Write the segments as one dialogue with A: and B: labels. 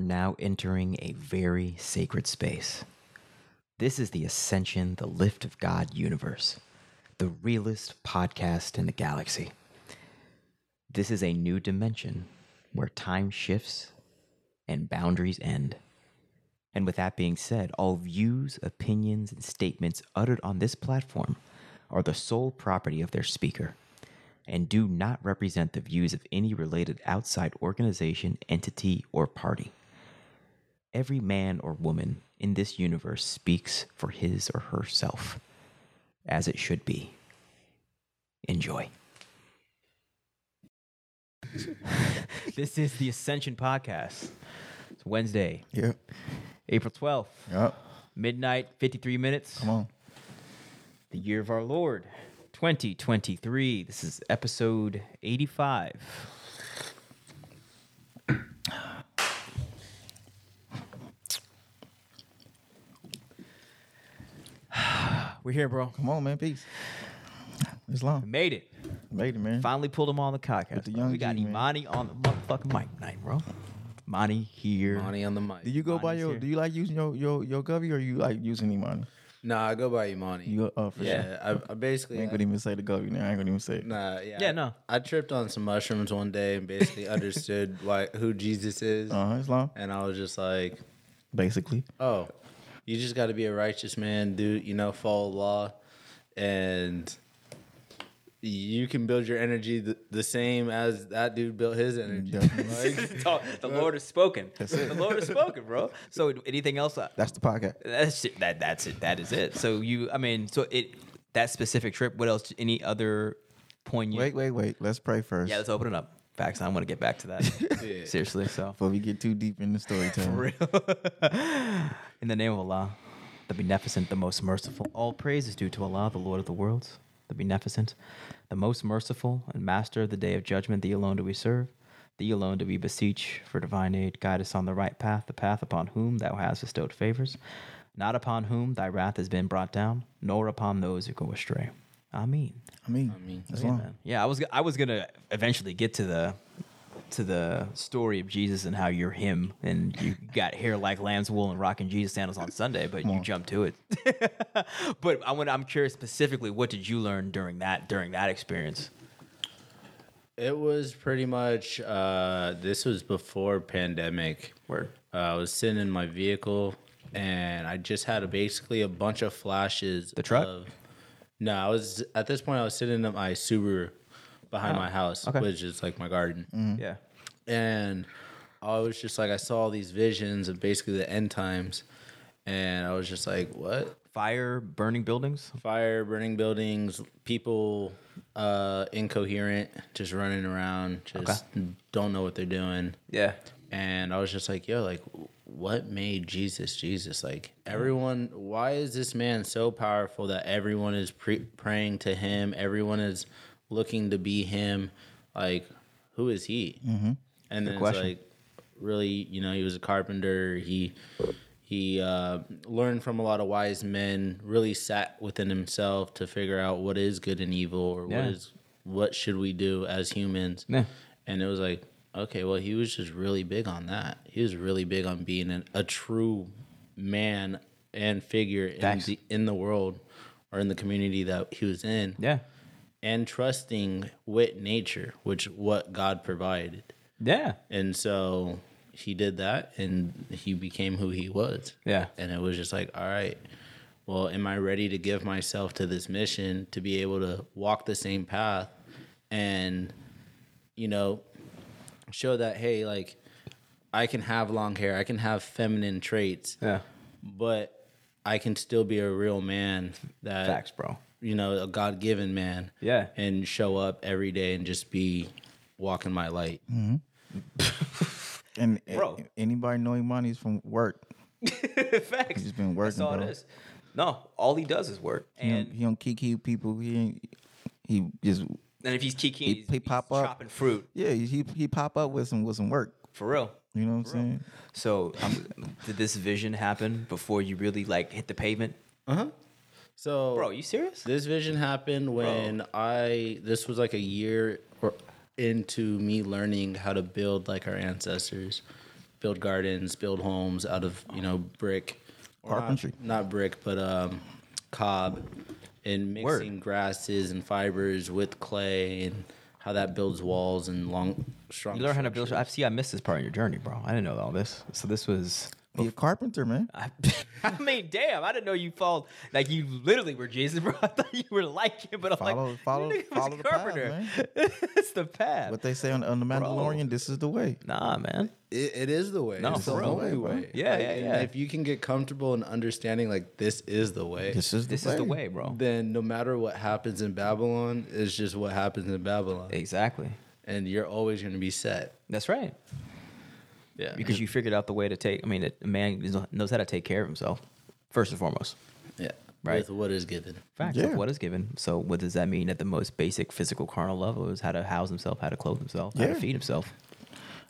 A: now entering a very sacred space. This is the Ascension, the Lift of God universe, the realest podcast in the galaxy. This is a new dimension where time shifts and boundaries end. And with that being said, all views, opinions, and statements uttered on this platform are the sole property of their speaker and do not represent the views of any related outside organization, entity, or party. Every man or woman in this universe speaks for his or herself, as it should be. Enjoy. this is the Ascension Podcast. It's Wednesday,
B: Yep.
A: April 12th,
B: Yep.
A: midnight, 53 minutes.
B: Come on.
A: The year of our Lord, 2023. This is episode 85. We're here, bro.
B: Come on, man. Peace.
A: We
B: Islam.
A: made it.
B: Made it, man.
A: Finally pulled him on the podcast.
B: With the
A: bro.
B: young
A: we got
B: G, man.
A: Imani on the motherfucking mic tonight, bro. Imani here.
C: Imani on the mic.
B: Do you go by
A: Imani's
B: your?
A: here.
B: Do you like using your your your Govy or you like using Imani?
C: Nah, I go by Imani.
B: You go, oh for
C: yeah,
B: sure.
C: I, I basically. uh,
B: I ain't gonna even say the Govy now. I ain't gonna even say it.
C: nah, yeah.
A: Yeah, no.
C: I tripped on some mushrooms one day and basically understood why who Jesus is,
B: Uh huh. Islam.
C: and I was just like,
B: Basically.
C: oh, you just got to be a righteous man, do you know follow law, and you can build your energy the, the same as that dude built his energy. Like,
A: Oh, the Lord has spoken. The Lord has spoken, bro. So anything else? uh,
B: That's the podcast.
A: That's it. that. That's it. That is it. So you, I mean, so it that specific trip. What else? Any other poignant?
B: Wait, wait, wait. Let's pray first
A: Yeah, let's open it up. Facts. I want to get back to that.
C: Yeah.
A: Seriously. So
B: before we get too deep in the storytelling.
A: in the name of Allah, the Beneficent, the Most Merciful. All praise is due to Allah, the Lord of the worlds, the Beneficent, the Most Merciful, and Master of the Day of Judgment. Thee alone do we serve. Thee alone do we beseech for divine aid. Guide us on the right path, the path upon whom Thou hast bestowed favors, not upon whom Thy wrath has been brought down, nor upon those who go astray. Ameen.
B: I mean, Islam.
A: Yeah, I was I was gonna eventually get to the to the story of Jesus and how you're him and you got hair like lamb's wool and rocking Jesus sandals on Sunday, but you jumped to it. but I want I'm curious specifically, what did you learn during that during that experience?
C: it was pretty much. Uh, this was before pandemic.
A: Where
C: Uh, I was sitting in my vehicle, and I just had a, basically a bunch of flashes. The
A: truck?
C: no, I was at this point. I was sitting in my Subaru behind my house,
A: Oh, okay. Mm-hmm.
C: which is like my garden,
B: Mm-hmm.
A: yeah,
C: and I was just like, I saw all these visions of basically the end times, and I was just like, what?
A: fire burning buildings.
C: Fire, burning buildings, people uh, incoherent, just running around, just don't know what they're doing
A: Yeah,
C: and I was just like, yo, like, what made Jesus Jesus? Like, everyone, why is this man so powerful that everyone is pre- praying to him? Everyone is looking to be him. Like, who is he? Mm-hmm. And then it's
A: question.
C: like, really, you know, he was a carpenter. He he uh, learned from a lot of wise men. Really sat within himself to figure out what is good and evil, or
A: Yeah.
C: what is what should we do as humans.
A: Yeah.
C: And it was like, okay, well, he was just really big on that. He was really big on being an, a true man and figure in
A: Facts.
C: the, in the world or in the community that he was in.
A: yeah,
C: And trusting with nature, which what God provided.
A: yeah,
C: And so he did that and he became who he was.
A: Yeah.
C: And it was just like, all right, well, am I ready to give myself to this mission to be able to walk the same path and, you know, show that, hey, like, I can have long hair, I can have feminine traits,
A: yeah.
C: but I can still be a real man that
A: Facts, bro.
C: you know, a God given man.
A: Yeah.
C: And show up every day and just be walking my light.
A: Mm.
B: And a-
A: Bro.
B: anybody knowing money's from work,
A: Facts.
B: He's been working,
A: That's all
B: bro.
A: it is. No, all he does is work,
B: he
A: and
B: don't, he don't kiki people. He ain't, he just
A: and if he's kicking, he's,
B: he
A: he's
B: pop up.
A: chopping fruit
B: yeah he he pop up with some with some work.
A: for real.
B: You know what I'm saying?
A: So, um, did this vision happen before you really like hit the pavement,
C: So
A: bro? You serious?
C: This vision happened when I this was like a year or into me learning how to build like our ancestors build gardens, build homes out of you know brick, or not-
B: Carpentry.
C: not, brick, but um, cob, and
A: Word.
C: mixing grasses and fibers with clay and how that builds walls and long strong.
A: You learn how to build.
C: structures.
A: I see. I missed this part in your journey, bro. I didn't know all this. So this was.
B: Be a carpenter, man.
A: I, I mean, damn! I didn't know you followed. Like you literally were Jesus, bro. I thought you were like him, but I'm
B: Follow-
A: like,
B: follow-
A: you nigga was
B: follow
A: a
B: the path,
A: carpenter. it's the path.
B: What they say on, on the Mandalorian, this is the way.
A: nah, man.
C: It, it is the way.
A: No,
C: it's
A: for
C: the
A: real.
B: Way,
C: only
B: bro.
C: way.
A: Yeah,
C: Like,
A: yeah,
C: and
A: yeah.
C: If you can get comfortable and understanding, like this is the way,
B: This is the
A: This
B: way.
A: is the way, bro.
C: then no matter what happens in Babylon, it's just what happens in Babylon,
A: Exactly.
C: and you're always going to be set.
A: That's right.
C: Yeah,
A: Because you figured out the way to take. I mean, a man is- knows how to take care of himself first and foremost.
C: yeah,
A: Right.
C: With what is given.
A: Facts
B: Yeah.
A: of what is given. So, what does that mean at the most basic physical carnal level? Is how to house himself, how to clothe himself, how
B: Yeah.
A: to feed himself.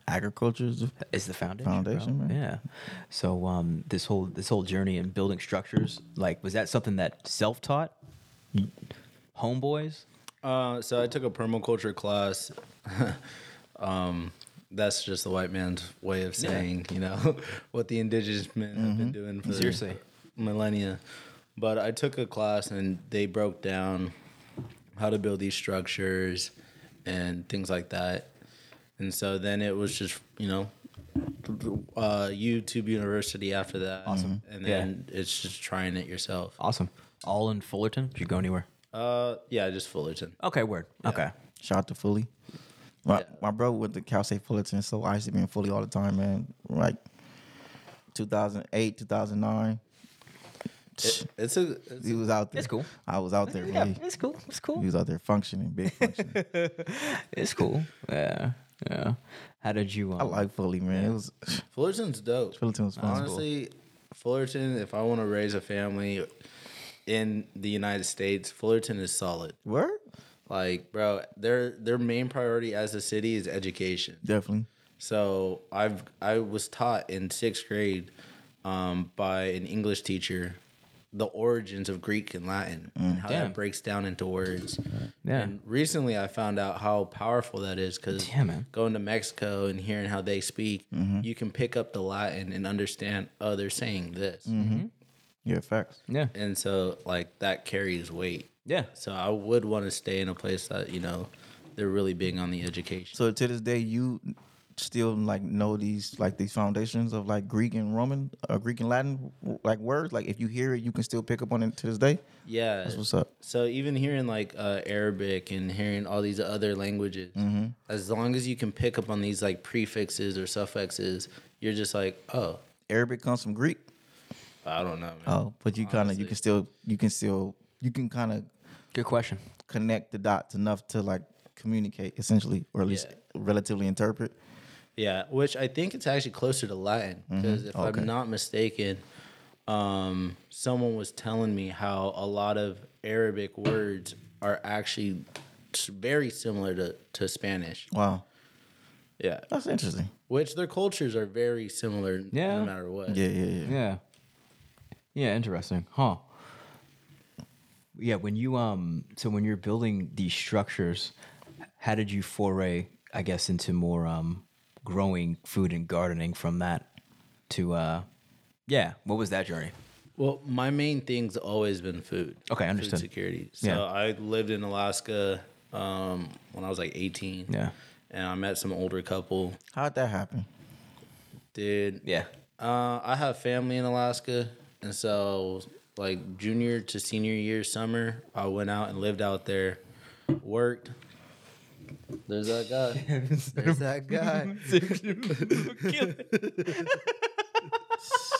B: Agriculture is the
A: is the foundation.
B: Foundation,
A: bro.
B: man.
A: Yeah. So um, this whole this whole journey in building structures, like, was that something that self taught? Homeboys.
C: Uh, so I took a permaculture class. um, that's just the white man's way of saying, you know, what the indigenous men have been doing for
A: Seriously.
C: millennia. But I took a class and they broke down how to build these structures and things like that. And so then it was just, you know, uh, YouTube University after that. Awesome. And
A: Yeah.
C: then it's just trying it yourself.
A: Awesome. All in Fullerton. Did you go anywhere?
C: Uh, yeah, just Fullerton.
A: Okay. Word. Okay.
B: Shout out to Fully. My,
C: Yeah.
B: my bro went to Cal State Fullerton, so I used to be in Fully all the time, man. Like 2008, 2009.
C: It- it's a, it's
B: He was out there.
A: It's cool.
B: I was out there,
A: Yeah.
B: man.
A: It's cool. It's
B: He
A: cool.
B: was out there functioning, big functioning.
A: It's cool. Yeah. Yeah. How did you? Um,
B: I like Fully, man. It was
C: Fullerton's dope.
B: Fullerton was fun.
C: Honestly, Fullerton, if I want to raise a family in the United States, Fullerton is solid.
B: where?
C: Like, bro, their their main priority as a city is education.
B: Definitely.
C: So I've I was taught in sixth grade um, by an English teacher the origins of Greek and Latin and how
A: Damn.
C: that breaks down into words.
A: Yeah.
C: And recently I found out how powerful that is because
A: Yeah, man.
C: going to Mexico and hearing how they speak,
B: Mm-hmm.
C: you can pick up the Latin and understand, oh, they're saying this.
B: Mm-hmm. Yeah, facts.
A: yeah.
C: And so, like, that carries weight.
A: Yeah.
C: So I would want to stay in a place that, you know, they're really big on the education.
B: So to this day, you still like know these like these foundations of like Greek and Roman, uh, Greek and Latin like words. Like if you hear it, you can still pick up on it to this day.
C: Yeah.
B: That's what's up.
C: So even hearing like uh, Arabic and hearing all these other languages,
B: Mm-hmm.
C: as long as you can pick up on these like prefixes or suffixes, you're just like, oh,
B: Arabic comes from Greek.
C: I don't know. Man.
B: Oh, but you kind of you can still you can still you can kind of
A: Good question.
B: connect the dots enough to like communicate essentially, or at least
C: Yeah.
B: relatively interpret.
C: Yeah, which I think it's actually closer to Latin
A: Mm-hmm.
C: because if
B: Okay.
C: I'm not mistaken, um, someone was telling me how a lot of Arabic words are actually s- very similar to, to Spanish.
B: Wow,
C: Yeah,
B: that's interesting.
C: which their cultures are very similar n-
A: Yeah.
C: no matter what.
B: Yeah, yeah, yeah.
A: Yeah. Yeah, interesting. Huh. Yeah, when you um so when you're building these structures, how did you foray, I guess, into more um growing food and gardening from that to uh yeah, what was that journey?
C: Well, my main thing's always been food.
A: Okay, understood.
C: Food security. So
A: Yeah.
C: I lived in Alaska um, when I was like 18.
A: Yeah.
C: And I met some older couple.
B: How'd that happen?
C: Dude.
A: Yeah.
C: Uh, I have family in Alaska, and so like junior to senior year summer, I went out and lived out there, worked. There's that guy. There's that guy.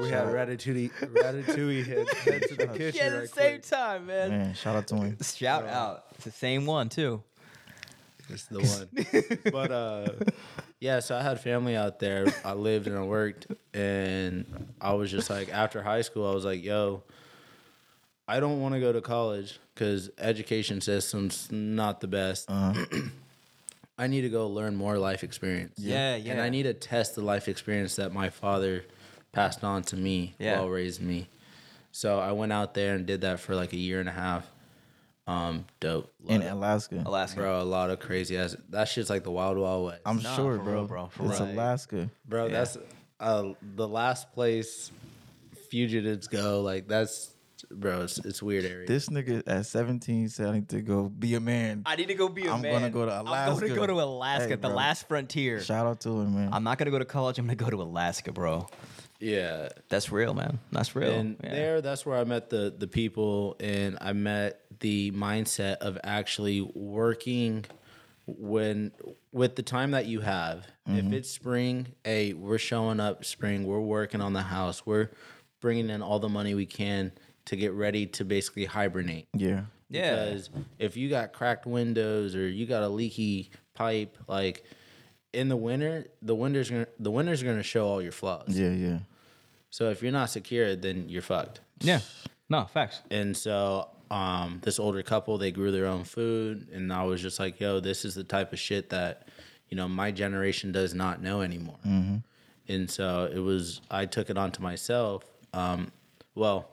C: we had ratatouille, ratatouille head, head to the kitchen.
A: Yeah, at the
C: right
A: same
C: quick.
A: time, man.
B: Man, shout out to him.
A: Shout out. It's the same one too.
C: It's the one. but uh, yeah, so I had family out there. I lived and I worked, and I was just like, after high school, I was like, yo, I don't want to go to college because education system's not the best. I need to go learn more life experience.
A: Yeah,
C: And
A: yeah.
C: I need to test the life experience that my father passed on to me
A: Yeah.
C: while raising me. So I went out there and did that for like a year and a half. Um, dope. Love
B: in
C: it.
B: Alaska.
A: Alaska.
C: Bro, a lot of crazy ass. That shit's like the wild wild west.
B: I'm
A: Nah,
B: sure,
A: for
B: bro.
A: real, bro, for
B: it's
C: real.
B: Alaska.
C: bro, that's uh the last place fugitives go. Like that's bro, it's, it's weird area.
B: This nigga at 17 said I need to go be a man.
A: I need to go be a
B: I'm
A: man.
B: gonna go to
A: I'm gonna
B: Alaska.
A: go to Alaska,
B: Hey,
A: the
B: bro.
A: last frontier.
B: Shout out to him, man.
A: I'm not gonna go to college. I'm gonna go to Alaska, bro.
C: yeah.
A: That's real, man. That's
B: Oh,
A: real.
C: And
A: Yeah.
C: there, that's where I met the the people, and I met the mindset of actually working when with the time that you have.
B: Mm-hmm.
C: If it's spring, hey, we're showing up spring. We're working on the house. We're bringing in all the money we can to get ready to basically hibernate.
B: yeah.
A: Yeah.
C: Because if you got cracked windows or you got a leaky pipe, like in the winter, the winter's gonna the winter's gonna show all your flaws.
B: Yeah, yeah.
C: So if you're not secure, then you're fucked.
A: yeah. No facts.
C: And so um, this older couple, they grew their own food, and I was just like, yo, this is the type of shit that you know my generation does not know anymore. And so it was, I took it onto myself. Um, well,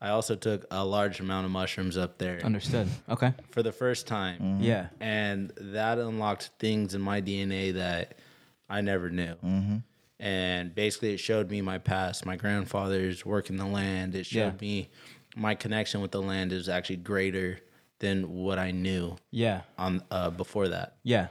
C: I also took a large amount of mushrooms up there
A: Understood. Okay.
C: for the first time
A: Yeah.
C: and that unlocked things in my DNA that I never knew. And basically, it showed me my past, my grandfather's work in the land. It showed
A: Yeah.
C: me my connection with the land is actually greater than what I knew
A: Yeah.
C: on uh, before that.
A: Yeah.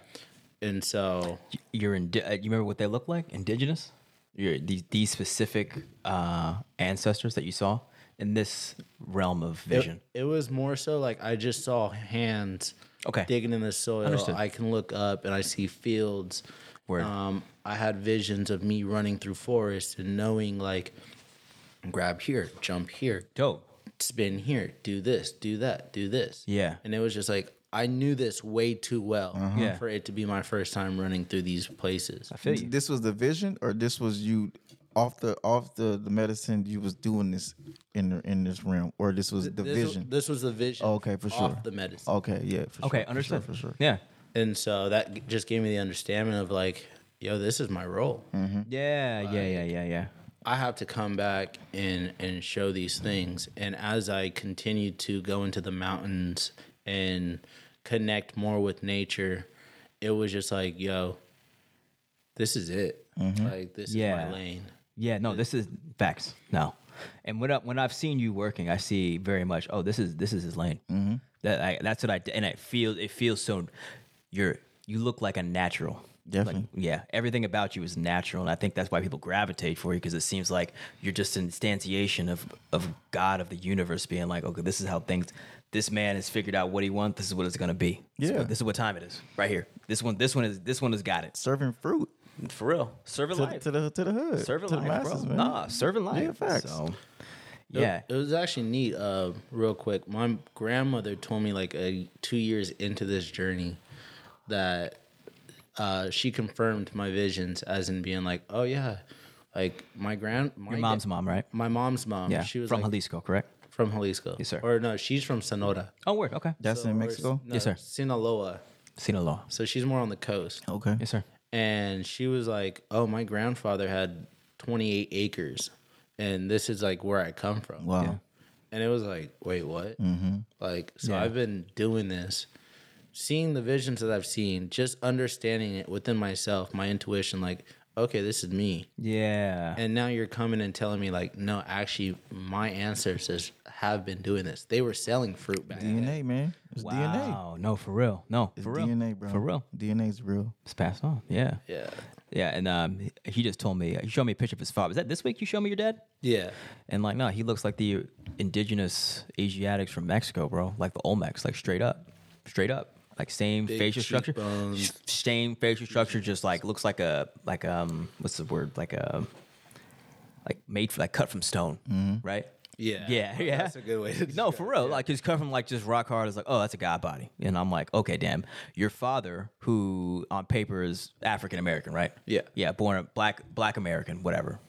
C: And so,
A: You're in. You remember what they look like? Indigenous. You're these these specific uh, ancestors that you saw in this realm of vision.
C: it, it was more so like I just saw hands
A: Okay.
C: digging in the soil.
A: Understood.
C: I can look up and I see fields.
A: Word.
C: Um, I had visions of me running through forests and knowing like grab here, jump here,
A: Dope.
C: spin here, do this, do that, do this.
A: Yeah.
C: And it was just like I knew this way too well
A: Yeah.
C: for it to be my first time running through these places.
A: I feel you.
B: This was the vision, or this was you off the off the, the medicine you was doing this in the, in this realm, or this was the
C: This,
B: vision.
C: this was the vision.
A: Oh,
B: Okay, for sure.
C: Off the medicine.
B: okay, yeah. For
A: Okay.
B: sure, for
A: Understood.
B: sure, for sure.
A: Yeah.
C: And so that g- just gave me the understanding of like, yo, this is my role.
A: Mm-hmm. Yeah. Yeah. Yeah. Yeah. Yeah.
C: I have to come back and and show these things. And as I continue to go into the mountains and connect more with nature, it was just like, yo, this is it. Like this is
A: Mm-hmm. Yeah.
C: my lane.
A: Yeah, no, this is facts. No, and when I, when I've seen you working, I see very much. Oh, this is this is his lane. Mm-hmm. That I, that's what I d- and it feels it feels so. You're you look like a natural.
B: Definitely.
A: Like, yeah, everything about you is natural, and I think that's why people gravitate for you because it seems like you're just an instantiation of of God of the universe, being like, okay, this is how things. This man has figured out what he wants. This is what it's gonna be. This is
B: Yeah.
A: what- this is what time it is right here. This one, this one is this one has got it
B: Serving fruit
A: for real. Serve it
B: to,
A: life
B: to the to the hood,
A: serving
B: to
A: life,
B: the masses,
A: bro.
B: man.
A: Nah, serving life.
B: facts.
A: So,
C: It-
A: yeah.
C: It, was actually neat. Uh, real quick, my grandmother told me like a, two years into this journey that uh, she confirmed my visions, as in being like, oh yeah, like my grand, my
A: Your
C: da-
A: mom's mom, right?
C: my mom's mom.
A: Yeah.
C: she was
A: from
C: like,
A: Jalisco, correct?
C: from Jalisco.
A: Yes, sir.
C: Or no, she's from Sonora.
A: Oh, word. Okay.
B: That's in
C: Or-
B: Mexico.
C: no,
A: Yes, sir.
C: Sinaloa.
A: Sinaloa.
C: So she's more on the coast.
B: Okay.
A: Yes, sir.
C: And she was like, "Oh, my grandfather had 28 acres, and this is like where I come from."
B: Wow.
C: And it was like, "Wait, what?" Mm-hmm. Like, so I've been doing this, seeing the visions that I've seen, just understanding it within myself, my intuition. Like, okay, this is me.
A: Yeah.
C: And now you're coming and telling me, like, no, actually, my ancestors have been doing this. They were selling fruit back then.
B: DNA, man. It's DNA.
A: wow. No, for real. No,
B: It's
A: for real.
B: DNA, bro.
A: For real.
B: DNA's real.
A: It's passed on. Yeah.
C: Yeah.
A: Yeah. And um, he- he just told me, he showed me a picture of his father. Is that this week you showed me your dad?
C: Yeah.
A: And like, no, he looks like the indigenous Asiatics from Mexico, bro. Like the Olmecs, like straight up, straight up, like same facial structure,
C: cheekbones.
A: sh- same facial structure. Just like looks like a like um, what's the word? Like a like made f- like cut from stone, right?
C: Mm-hmm. Yeah.
A: yeah, yeah.
C: That's a good way to
A: no,
C: describe
A: for
C: it,
A: real. Like he's cut from like just rock hard. It's like, oh, that's a god body, and I'm like, okay, damn. Your father, who on paper is African American, right?
C: Yeah.
A: yeah, born a black black American, whatever.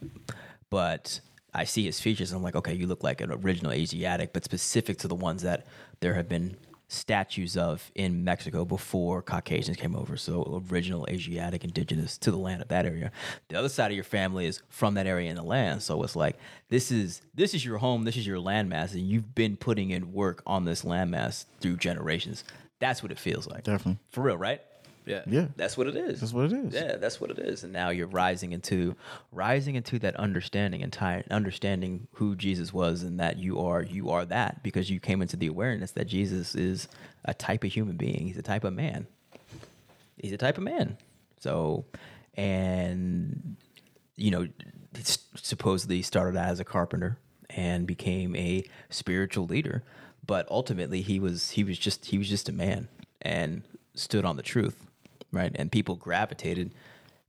A: But I see his features, and I'm like, okay, you look like an original Asiatic, but specific to the ones that there have been statues of in Mexico before Caucasians came over. So original Asiatic indigenous to the land of that area. The other side of your family is from that area in the land. So it's like this is this is your home, this is your landmass, and you've been putting in work on this landmass through generations. That's what it feels like.
B: Definitely.
A: For real, right? Yeah.
B: Yeah.
A: That's what it is.
B: That's what it is.
A: Yeah, that's what it is. And now you're rising into rising into that understanding and ty- understanding who Jesus was and that you are you are that because you came into the awareness that Jesus is a type of human being. He's a type of man. He's a type of man. So and you know, s- supposedly started out as a carpenter and became a spiritual leader, but ultimately he was he was just he was just a man and stood on the truth, right? And people gravitated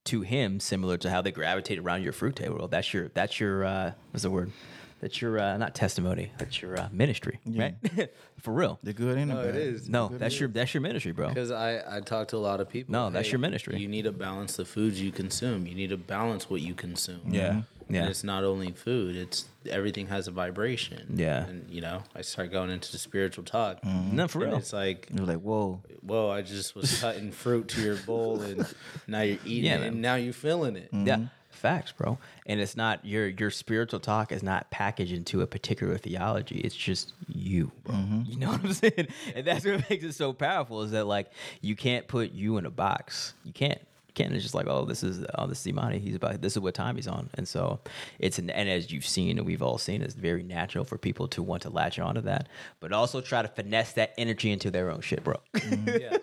A: to him similar to how they gravitate around your fruit table. Well, That's your that's your uh, what's the word? That's your uh, not testimony. That's your uh, ministry, right? For real.
B: The good
C: Oh,
B: and the bad.
A: No, that's your that's your ministry, bro.
C: Because I, I talk to a lot of people.
A: No, that's your ministry.
C: You need to balance the foods you consume. You need to balance what you consume.
A: Yeah.
C: And
A: Yeah.
C: it's not only food, it's everything has a vibration.
A: Yeah. Mm-hmm.
C: And, you know, I start going into the spiritual talk.
A: No, for
C: And
A: real.
C: it's like,
B: You're like, whoa.
C: whoa, I just was cutting fruit to your bowl and now you're eating
A: Yeah, man.
C: it
A: Mm-hmm.
C: and now you're feeling it.
A: Yeah. Facts, bro. And it's not your your spiritual talk is not packaged into a particular theology. It's just you, bro. You know what I'm saying? And that's what makes it so powerful is that like you can't put you in a box. You can't. You can't. It's just like, oh, this is oh, this is Imani. He's about this is what time he's on. And so it's an and as you've seen and we've all seen, it's very natural for people to want to latch onto that, but also try to finesse that energy into their own shit, bro.
C: yeah. yeah.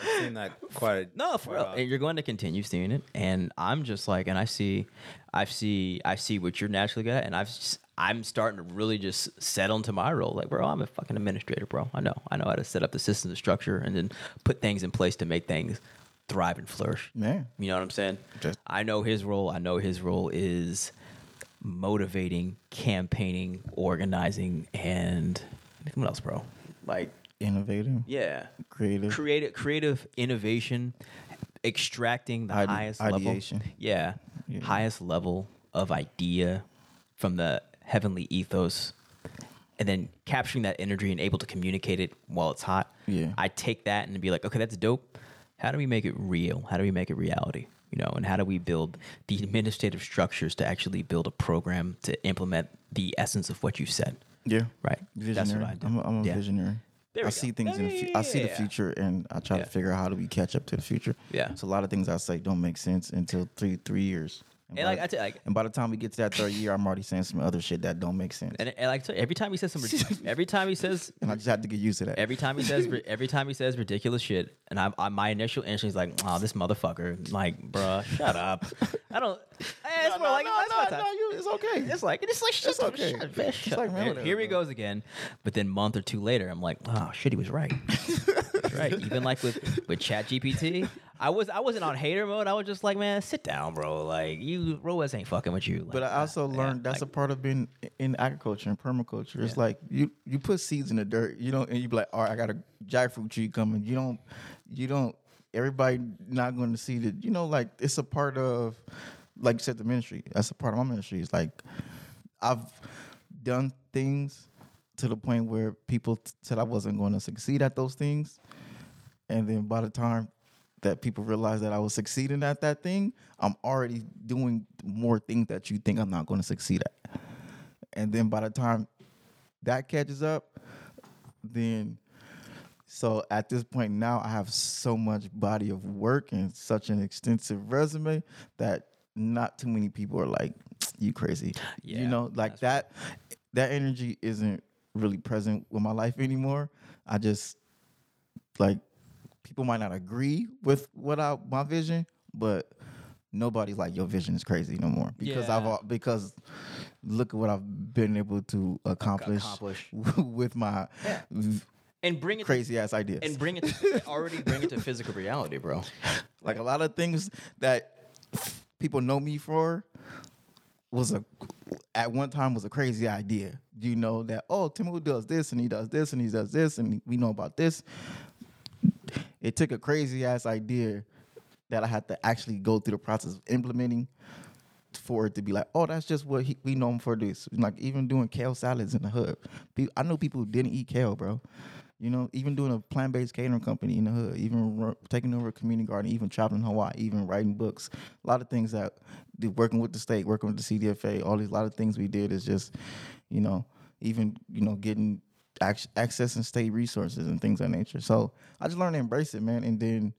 C: I've seen that quite a
A: No, for
C: quite
A: real.
C: often.
A: And you're going to continue seeing it. And I'm just like, and I see, I see, I see what you're naturally good at. And I've, s- I'm starting to really just settle into my role. Like, bro, I'm a fucking administrator, bro. I know, I know how to set up the system, the structure, and then put things in place to make things thrive and flourish.
B: Man.
A: You know what I'm saying?
B: Just-
A: I know his role. I know his role is motivating, campaigning, organizing, and what else, bro? Like,
B: Innovative.
A: yeah.
B: Creative.
A: Creative creative innovation, extracting the
B: Ide-
A: highest
B: ideation.
A: level. Yeah,
B: Yeah.
A: Highest level of idea from the heavenly ethos and then capturing that energy and able to communicate it while it's hot.
B: Yeah.
A: I take that and be like, okay, that's dope. How do we make it real? How do we make it reality? You know, and how do we build the administrative structures to actually build a program to implement the essence of what you said?
B: Yeah.
A: Right.
B: Visionary.
A: That's what I do.
B: am a, I'm a
A: Yeah.
B: visionary.
A: There
B: I
A: we
B: see
A: go.
B: things in the future. I see the
A: Yeah.
B: future and I try
A: Yeah.
B: to figure out how do we catch up to the future.
A: Yeah.
B: So a lot of things I say don't make sense until three three years.
A: And
B: by
A: like
B: the-
A: I tell like
B: and by the time we get to that third year, I'm already saying some other shit that don't make sense.
A: And, and like I tell you, every time he says some, rid- every time he says,
B: And I just have to get used to that.
A: every time he says, ri- every time he says ridiculous shit, and I, I my initial instinct is like, oh, this motherfucker, like, bruh, shut up. I don't. eh, It's more like, oh, it's my time.
B: you, it's okay.
A: It's like it's like shut
B: It's
A: up,
B: okay.
A: shut, up, man,
B: It's
A: shut
B: like,
A: up.
B: man,
A: Here-
B: whatever,
A: Here he goes again, but then month or two later, I'm like, oh shit, he was right. He was right. Even like with with ChatGPT, I was I wasn't on hater mode. I was just like, man, sit down, bro. Like you, Roes ain't fucking with you. Like,
B: But I also
A: yeah,
B: learned that's a part of being in agriculture and permaculture. It's like you you put seeds in the dirt. You don't and you be like, all right, I got a jackfruit tree coming. You don't you don't everybody not going to see that. You know, like it's a part of like you said the ministry. That's a part of my ministry. It's like I've done things to the point where people t- said I wasn't going to succeed at those things, and then by the time that people realize that I was succeeding at that thing, I'm already doing more things that you think I'm not going to succeed at. And then by the time that catches up, then so at this point now I have so much body of work and such an extensive resume that not too many people are like you crazy. you
A: Yeah,
B: know, like that that energy isn't really present with my life anymore. I just like people might not agree with what I my vision, but nobody's like your vision is crazy no more because I've
A: Yeah.
B: al- because look at what I've been able to accomplish,
A: Accomplish.
B: with my v-
A: and bring it to
B: crazy ass ideas
A: and bring it to, already bring it to physical reality, bro.
B: like a lot of things that people know me for was a at one time was a crazy idea. You know that oh Timu does this and he does this and he does this and we know about this. It took a crazy ass idea that I had to actually go through the process of implementing for it to be like, oh, that's just what he, we know him for this. Like even doing kale salads in the hood. Pe- I know people who didn't eat kale, bro. You know, even doing a plant based catering company in the hood, even ru- taking over a community garden, even traveling Hawaii, even writing books. A lot of things that the- working with the state, working with the CDFA, all these lot of things we did is just, you know, even you know getting ac- accessing state resources and things of that nature. So I just learned to embrace it, man, and then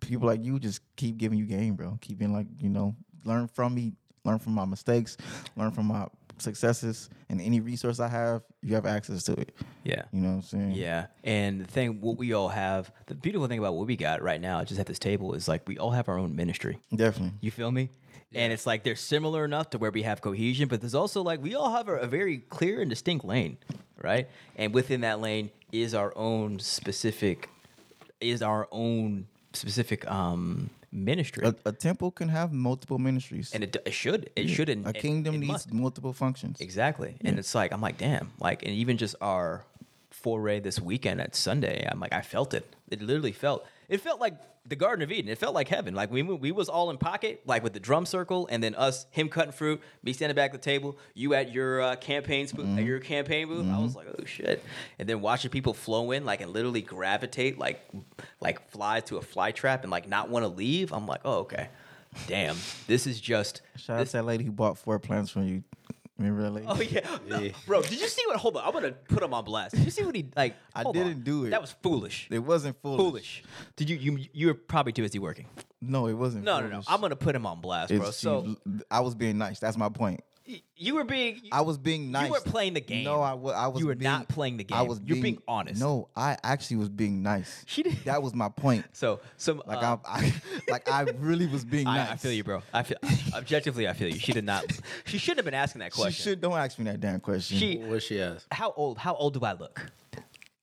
B: people like you just keep giving you game, bro. Keep being like, you know, learn from me, learn from my mistakes, learn from my successes, and any resource I have, you have access to it.
A: Yeah.
B: You know what I'm saying?
A: Yeah. And the thing, what we all have, the beautiful thing about what we got right now, just at this table, is like we all have our own ministry.
B: Definitely.
A: You feel me? And it's like they're similar enough to where we have cohesion, but there's also like we all have a, a very clear and distinct lane, right? And within that lane is our own specific, is our own specific um ministry,
B: A, a temple can have multiple ministries.
A: and it, d- it should, it should, and
B: a
A: it-
B: kingdom
A: it
B: needs
A: must.
B: multiple functions.
A: Exactly. And it's like, I'm like, damn. Like, and even just our foray this weekend at Sunday, I'm like, I felt it. It literally felt, it felt like the Garden of Eden. It felt like heaven. Like, we, we was all in pocket, like with the drum circle, and then us, him cutting fruit, me standing back at the table, you at your uh, campaign booth,
B: Mm-hmm.
A: at your campaign booth. I was like, oh shit. And then watching people flow in, like, and literally gravitate, like, like fly to a fly trap and like not want to leave. I'm like, oh, okay. Damn, this is just
B: Shout out to that lady who bought four plants from you. Remember that lady?
A: Oh yeah, No, bro. Did you see what? Hold on, I'm gonna put him on blast. Did you see what he like?
B: I
A: hold
B: didn't
A: on.
B: do it.
A: That was foolish.
B: It wasn't foolish.
A: Foolish. Did you? You you were probably too busy working.
B: No, it wasn't.
A: No, no, no.
B: foolish.
A: I'm gonna put him on blast,
B: It's-
A: bro.
B: she-
A: So
B: I was being nice. That's my point.
A: y- you were being.
B: I was being nice.
A: were playing the game.
B: No, I wa- I was.
A: You were
B: being-
A: not playing the
B: I
A: game.
B: was.
A: You're being honest.
B: No, I actually was being nice.
A: She did-
B: That was my point.
A: so some.
B: Like
A: uh,
B: I, I, like I really was being
A: I,
B: nice.
A: I feel you, bro. I feel objectively. I feel you. She did not. She shouldn't have been asking that
B: She
A: question.
B: should don't ask me that damn question.
A: She-
C: What she asked?
A: how old how old do I look?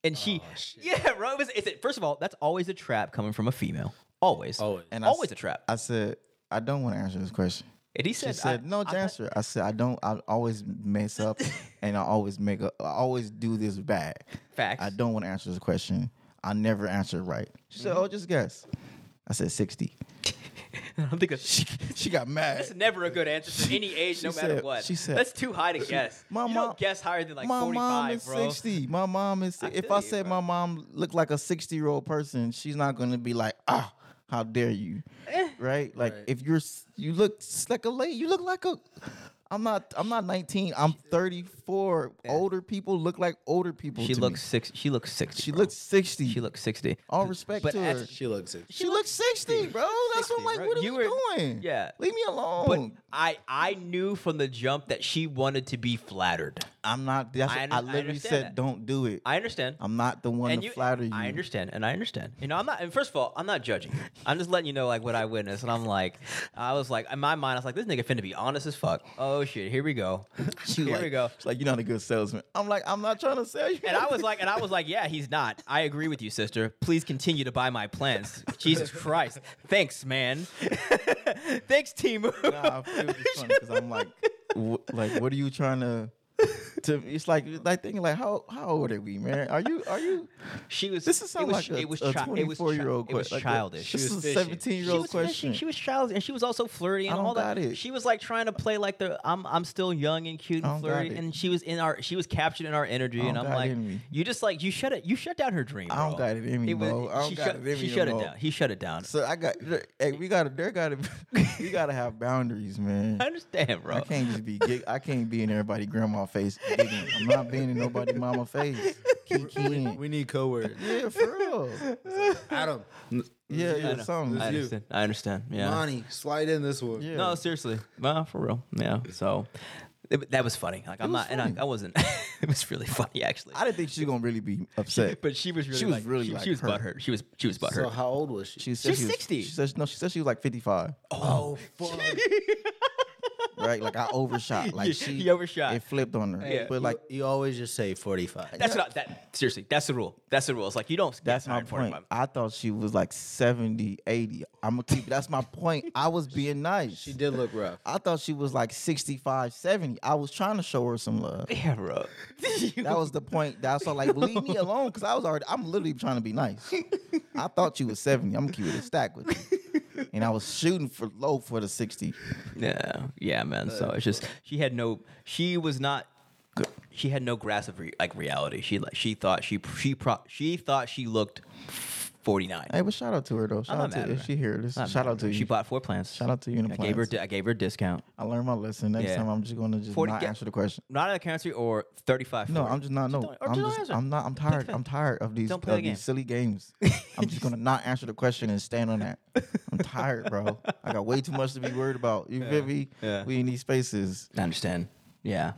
A: And
B: Oh,
A: she, yeah, bro. It was, it's first of all, that's always a trap coming from a female. Always,
C: Always.
A: and
B: I
A: always
B: s-
A: a trap.
B: I said I don't want to answer this question.
A: and he
B: She
A: said,
B: said
A: I-
B: no,
A: I'm
B: to
A: not-
B: answer. it." I said I don't. I always mess up, and I always make. A, I always do this bad.
A: Facts.
B: I don't want to answer this question. I never answer it right. She
A: Mm-hmm.
B: said, "Oh, just guess." I said sixty.
A: I don't think that's
B: She, she got mad.
A: That's never a good answer for any age,
B: she
A: no matter
B: said-
A: what.
B: she said-
A: that's too high to guess.
B: My
A: you
B: mom-
A: don't guess higher than like
B: my
A: 45,
B: mom is
A: bro.
B: 60. My mom is. if
A: feel
B: I
A: you,
B: said
A: bro.
B: my mom looked like a 60 year old person, she's not going to be like, ah, how dare you, right? Like if you're s- you look s- like a lady, you look like a. I'm not. I'm not 19. I'm 34. Older people look like older people.
A: She
B: to me.
A: looks six. She looks sixty.
B: She
A: bro.
B: looks 60.
A: She looks sixty.
B: All respect
A: but
B: to
A: as-
B: her.
C: She looks it.
B: She, looks 60, bro. That's what
A: 60,
B: I'm like.
A: bro.
B: What are
A: You
B: we
A: were-
B: doing?
A: yeah.
B: Leave me alone.
A: But I, I knew from the jump that she wanted to be flattered.
B: I'm not. That's,
A: I
B: I,
A: under- I
B: literally
A: understand
B: said,
A: that.
B: don't do it.
A: I understand.
B: I'm not the one
A: and
B: to flatter you.
A: I understand, and I understand. You know, I'm not. And first of all, I'm not judging. you. I'm just letting you know like what I witnessed, and I'm like, I was like, in my mind, I was like, this nigga finna be honest as fuck. Oh shit, here we go.
B: She
A: Here
B: like,
A: we go.
B: She's like, you're not a good salesman. I'm like, I'm not trying to sell you.
A: And I was like, and I was like, yeah, he's not. I agree with you, sister. Please continue to buy my plants. Jesus Christ. Thanks, man. Thanks, Timu.
B: nah, I feel it's funny because I'm like, w- like, what are you trying to? To it's like, like thinking like, how how old are we, man? Are you are you?
A: She was.
B: This is
A: it
B: sound
A: was,
B: like a,
A: it was
B: a
A: chi- it was
B: 24 year old
A: chi- It was
B: question. Like,
A: childish. She
B: This
A: was
B: is a
C: fishing.
B: 17 year
A: she
B: old
A: was fishing.
B: question.
A: She was childish, and she was also flirty and
B: I don't
A: all that.
B: got it.
A: She was like trying to play like the I'm I'm still young and cute
B: I
A: and
B: don't got
A: flirty,
B: it.
A: and she was in our she was captured in our energy, and
B: don't
A: I'm
B: got
A: like,
B: it in me.
A: you just like you shut it, you shut down her dream.
B: I don't
A: bro.
B: got it in me, bro. I don't
A: she
B: got
A: shut,
B: it in
A: she
B: me no
A: shut it
B: more.
A: down. He shut it down.
B: So I got, hey, we gotta, there gotta, be, we gotta have boundaries, man.
A: I understand, bro.
B: I can't just be, gig- I can't be in everybody grandma face. gigging. I'm not being in nobody mama face. Keep kidding.
C: We need coworkers.
B: Yeah, for real.
C: Adam,
B: Yeah, yeah,
A: know.
B: something.
A: I
C: you.
A: understand. I understand. Yeah.
C: Monty, slide in this one.
B: Yeah.
A: No, seriously. Nah, for real. Yeah. So it- that was funny. Like I'm
B: was
A: not, and
B: funny.
A: I, I wasn't. it was really funny actually.
B: I didn't think she was gonna really be upset.
A: but she was really.
B: she was
A: like,
B: really
A: She,
B: like
A: she was
B: hurt.
A: butthurt. She was. She was butthurt.
C: So how old was she?
B: she said
A: she's
B: she was
A: 60.
B: She said no. She said she was like fifty five.
A: oh,
B: Right? Like I overshot. Like
A: You-
B: she
A: you overshot.
B: It flipped on her.
A: Yeah.
B: But like
C: you always just say forty-five.
A: that's not that. Seriously, that's the rule. That's the rule. It's like you don't.
B: that's
A: get
B: my
A: hired for it,
B: point. I thought she was like 70, 80. I'm gonna keep. That's my point. I was being nice.
C: she did look rough.
B: I thought she was like 65, 70. I was trying to show her some love.
A: but- Yeah, bro.
B: That was the point. That's all like, leave me alone because I was already, I'm literally trying to be nice. I thought you was 70. I'm keeping it a stack with you. And I was shooting for low for the 60.
A: yeah, yeah, man. So it's just she had no. She was not. she had no grasp of re- like reality. She like she thought she she pro- she thought she looked forty nine.
B: Hey, but shout out to her though. Shout
A: not
B: out
A: mad at
B: to if
A: her.
B: she here. This, shout out to you.
A: She bought four plants.
B: Shout out to you and the
A: I gave her
B: plants.
A: di- I gave her a discount.
B: I learned my lesson. Next
A: Yeah.
B: time I'm just going to just
A: 40
B: not
A: ga-
B: answer the question.
A: Not out of country or thirty five.
B: No, I'm just not. No,
A: don't- or
B: I'm
A: just don't
B: just.
A: answer.
B: I'm not. I'm
A: Play the
B: tired.
A: game.
B: I'm tired of these,
A: Don't play
B: of
A: the game.
B: these silly games. I'm just gonna not answer the question and stand on that. I'm tired, bro. I got way too much to be worried about. You feel me?
A: Yeah.
B: We in these spaces.
A: I understand. Yeah,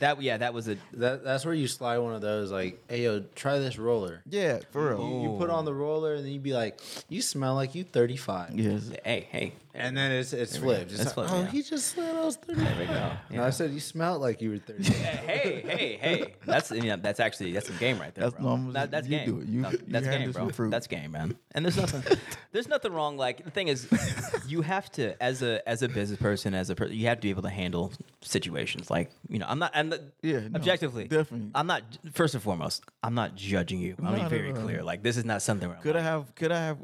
A: that yeah that was a
C: That that's where you slide one of those like, hey yo, try this roller.
B: Yeah, for real.
C: You, you put on the roller and then you'd be like, you smell like you 35.
B: Yes.
A: hey hey.
C: And then it's it's flipped. It's
A: It's
C: like,
A: flipped,
C: oh,
A: yeah.
C: he just said I was 35. There we go.
A: Yeah.
C: I said you smelled like you were 35.
A: Eh, Hey, hey, hey! That's you know, that's actually that's a game right there.
B: That's
A: bro.
B: normal.
A: That- that's
B: You
A: game.
B: do it. You-
A: No,
B: you
A: that's
B: handle
A: game,
B: some
A: bro.
B: fruit.
A: That's game, man. And there's nothing, there's nothing wrong. Like the thing is, you have to as a as a business person, as a person, you have to be able to handle situations. Like you know, I'm not. I'm not
B: Yeah, no,
A: objectively,
B: definitely.
A: I'm not. First and foremost, I'm not judging you. I mean,
B: Not
A: very
B: at all.
A: clear. Like this is not something. Where I'm
B: Could I
A: like,
B: have? Could I have?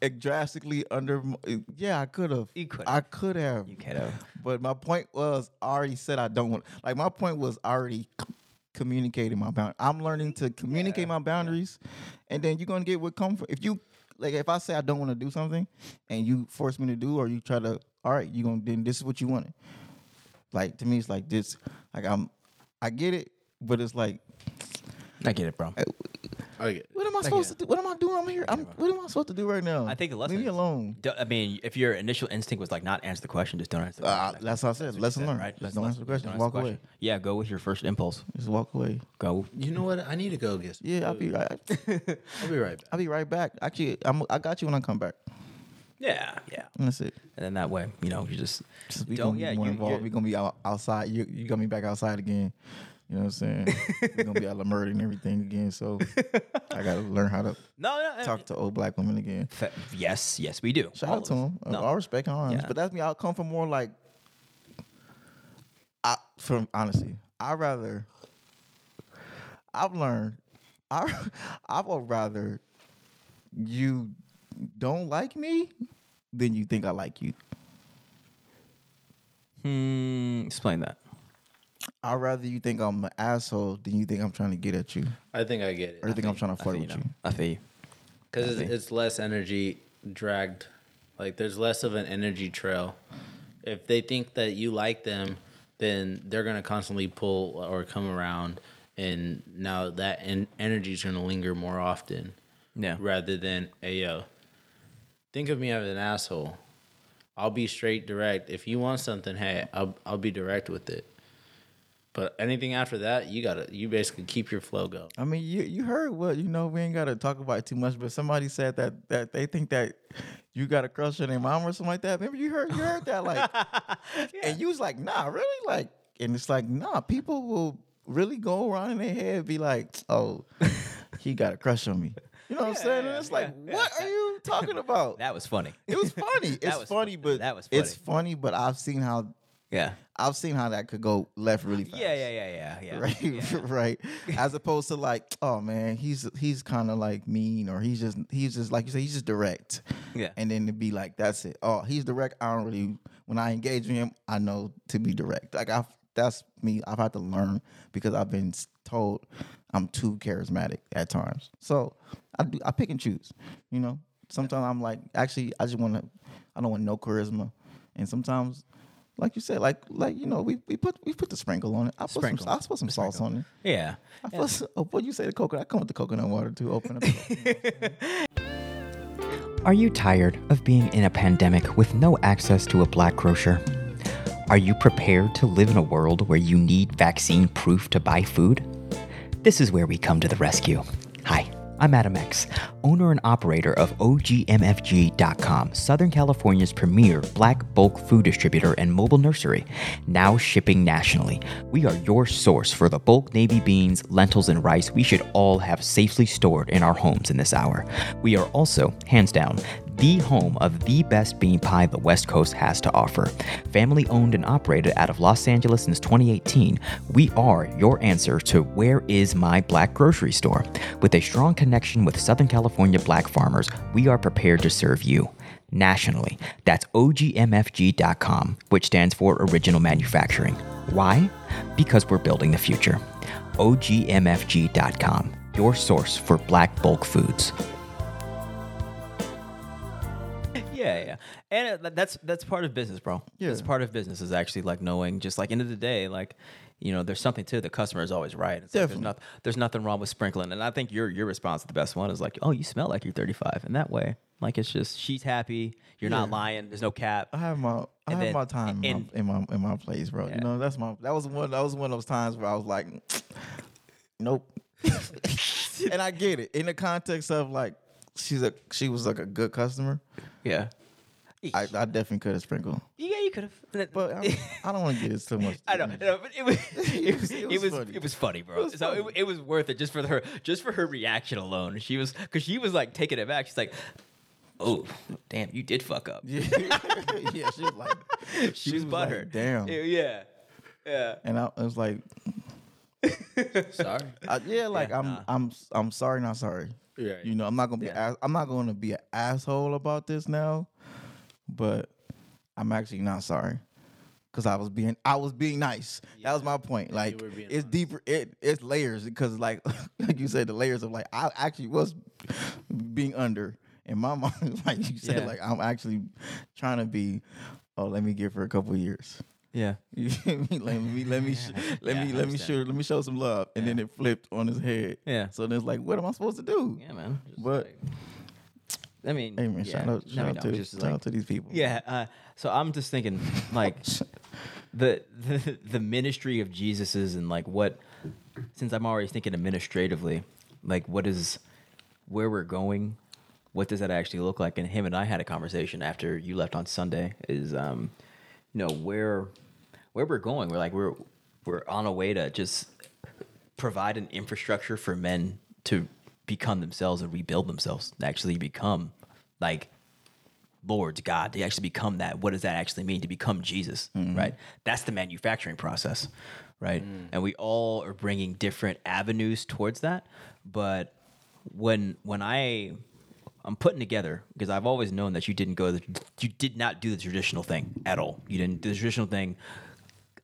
B: eh, Drastically under, eh, yeah, I could have.
A: You could
B: I
A: have.
B: could have.
A: you kiddo.
B: But my point was, I already said I don't want. Like my point was I already c- communicating my bound. I'm learning to communicate my boundaries, and then you're gonna get what come from. If you like, if I say I don't want to do something, and you force me to do, or you try to, all right, you gonna then this is what you wanted. Like to me, it's like this. Like I'm, I get it, but it's like,
A: I get it, bro.
C: Okay.
B: what am I supposed to do? What am I doing? I'm here. I'm. What am I supposed to do right now?
A: I think the lesson
B: Leave me
A: is-
B: alone.
A: Don't- I mean, if your initial instinct was like not answer the question, just don't answer. The
B: Uh,
A: question.
B: that's what I said. Lesson learned. Right? Just don't answer the question.
A: Don't
B: Just
A: ask
B: walk
A: the
B: away.
A: question. Yeah, go with your first impulse.
B: Just walk away.
A: Go.
C: You know what? I need to go get some
B: Yeah, I'll be.
C: food.
B: right.
C: I'll be right back.
B: I'll be right back. Actually, I'm, I got you when I come back.
A: Yeah, yeah.
B: That's it.
A: And then that way, you know, you just,
B: Just we
A: don't.
B: gonna
A: Yeah,
B: be
A: you,
B: more involved.
A: you-
B: We're gonna be out, outside. You you got me back outside again. You know what I'm saying? We're gonna be out of murder and everything again. So I gotta learn how to
A: no, no.
B: talk to old black women again.
A: fa- yes, yes, we do.
B: Shout
A: All
B: out
A: of
B: to Uh,
A: us.
B: them.
A: No.
B: All respect and honors.
A: Yeah.
B: But that's me. I'll come from more like I from honestly. I rather I've learned I I would rather you don't like me than you think I like you.
A: Hmm, explain that.
B: I'd rather you think I'm an asshole than you think I'm trying to get at you.
C: I think I get
B: Or you
C: it.
B: think I'm trying to
A: I feel
B: flirt
A: you.
B: with
A: Know.
B: you.
A: I feel you.
C: Because it's, it's less energy dragged. Like there's less of an energy trail. If they think that you like them, then they're gonna constantly pull or come around, and now that en- energy is gonna linger more often.
A: Yeah.
C: rather than hey yo think of me as an asshole i'll be straight direct if you want something hey i'll, I'll be direct with it but anything after that you gotta you basically keep your flow going
B: I mean, you you heard what you know. We ain't gotta talk about it too much, but somebody said that that they think that you got a crush on their mom or something like that. Remember you heard you heard that like, and you was like, nah, really, like, and it's like, nah, people will really go around in their head be like, oh, he got a crush on me. You know what I'm saying? and it's like, what are you talking about?
A: That was funny.
B: it was funny. It's
A: was
B: funny,
A: fu-
B: but
A: that was
B: it's funny. But I've seen how
A: Yeah.
B: I've seen how that could go left really fast
A: Yeah, yeah, yeah, yeah, yeah.
B: right right as opposed to like oh man he's he's kind of like mean or he's just he's just like you say he's just direct
A: Yeah.
B: and then to be like that's it oh he's direct i don't really when i engage with him i know to be direct like i that's me i've had to learn because i've been s- told i'm too charismatic at times so i do i pick and choose you know sometimes i'm like actually i just want to i don't want no charisma and sometimes like you said, like like you know, we, we put we put the sprinkle on it. I put
A: Sprinkle.
B: some I put some sauce on it.
A: Yeah.
B: I put some, oh, what you say the coconut? I come with the coconut water too. Open up.
A: Are you tired of being in a pandemic with no access to a black grocer? Are you prepared to live in a world where you need vaccine proof to buy food? This is where we come to the rescue. Hi, I'm Adam X, owner and operator of OGMFG.com, Southern California's premier black bulk food distributor and mobile nursery, now shipping nationally. We are your source for the bulk navy beans, lentils, and rice we should all have safely stored in our homes in this hour. We are also, hands down, the home of the best bean pie the West Coast has to offer. Family owned and operated out of Los Angeles since 2018, we are your answer to where is my black grocery store? With a strong connection with Southern California black farmers, we are prepared to serve you. Nationally, that's OGMFG.com, which stands for Original Manufacturing. Why? Because we're building the future.
D: OGMFG.com, your source for black bulk foods. Yeah, yeah, and it- that- that's that's part of business, bro. Yeah, it's part of business is actually like knowing, just like end of the day, like you know, there's something to it. The customer is always right. It's like there's
B: Definitely.
D: nothing there's nothing wrong with sprinkling, and I think your your response to the best one is like, oh, you smell like you're 35, and that way, like it's just she's happy, you're not lying, there's no cap.
B: I have my I
D: And
B: have
D: then-
B: my time in,
D: and-
B: my, in my in my place, bro. You know, that's my that was one that was one of those times where I was like, nope. and I get it in the context of like she's a she was like a good customer.
D: Yeah,
B: I, I definitely could have sprinkled,
D: yeah, you could have.
B: but um, I, I don't want to get into too much.
D: I know, no, but it was it was it was,
B: funny.
D: it was funny, bro.
B: was
D: so It,
B: funny.
D: it was worth it just for her just for her reaction alone. She was because she was like taking it back. She's like, "Oh, damn, you did fuck up."
B: Yeah, yeah, she was like,
D: she, was,
B: like,
D: butthurt.
B: Damn,
D: Yeah, yeah, yeah.
B: and I, was like,
C: Sorry.
B: I, yeah, like I'm I'm I'm sorry, not sorry.
C: Yeah.
B: You know, I'm not gonna be
D: Yeah.
B: ass, I'm not gonna be an asshole about this now, but I'm actually not sorry. Cause I was being, I was being nice. That was my point. Like
C: were being
B: it's deeper, it it's layers. Because like, like you said, the layers of like I actually was being under in my mind. Like you said,
D: Yeah.
B: like I'm actually trying to be. Oh, let me give her a couple years.
D: Yeah.
B: You feel me? Let me let me sh- let
D: Yeah,
B: me let
D: I
B: me
D: understand.
B: show let me show some love, and then it flipped on his head.
D: Yeah.
B: So then it's like, what am I supposed to do?
D: Yeah, man. Just
B: But
D: like- I mean,
B: hey, man,
D: yeah.
B: shout out
D: No,
B: shout, out,
D: no,
B: to,
D: just
B: shout
D: like-
B: out to these people.
D: Yeah. Uh, so I'm just thinking, like, the, the the ministry of Jesus's and like what, since I'm already thinking administratively, like what is where we're going, what does that actually look like? And him and I had a conversation after you left on Sunday. Is um, you know where where we're going? We're like we're we're on a way to just provide an infrastructure for men to become themselves and rebuild themselves, to actually become like Lord's God, to actually become that. What does that actually mean to become Jesus, right? That's the manufacturing process, right? And we all are bringing different avenues towards that. But when when I I'm putting together because I've always known that you didn't go the, you did not do the traditional thing at all. You didn't do the traditional thing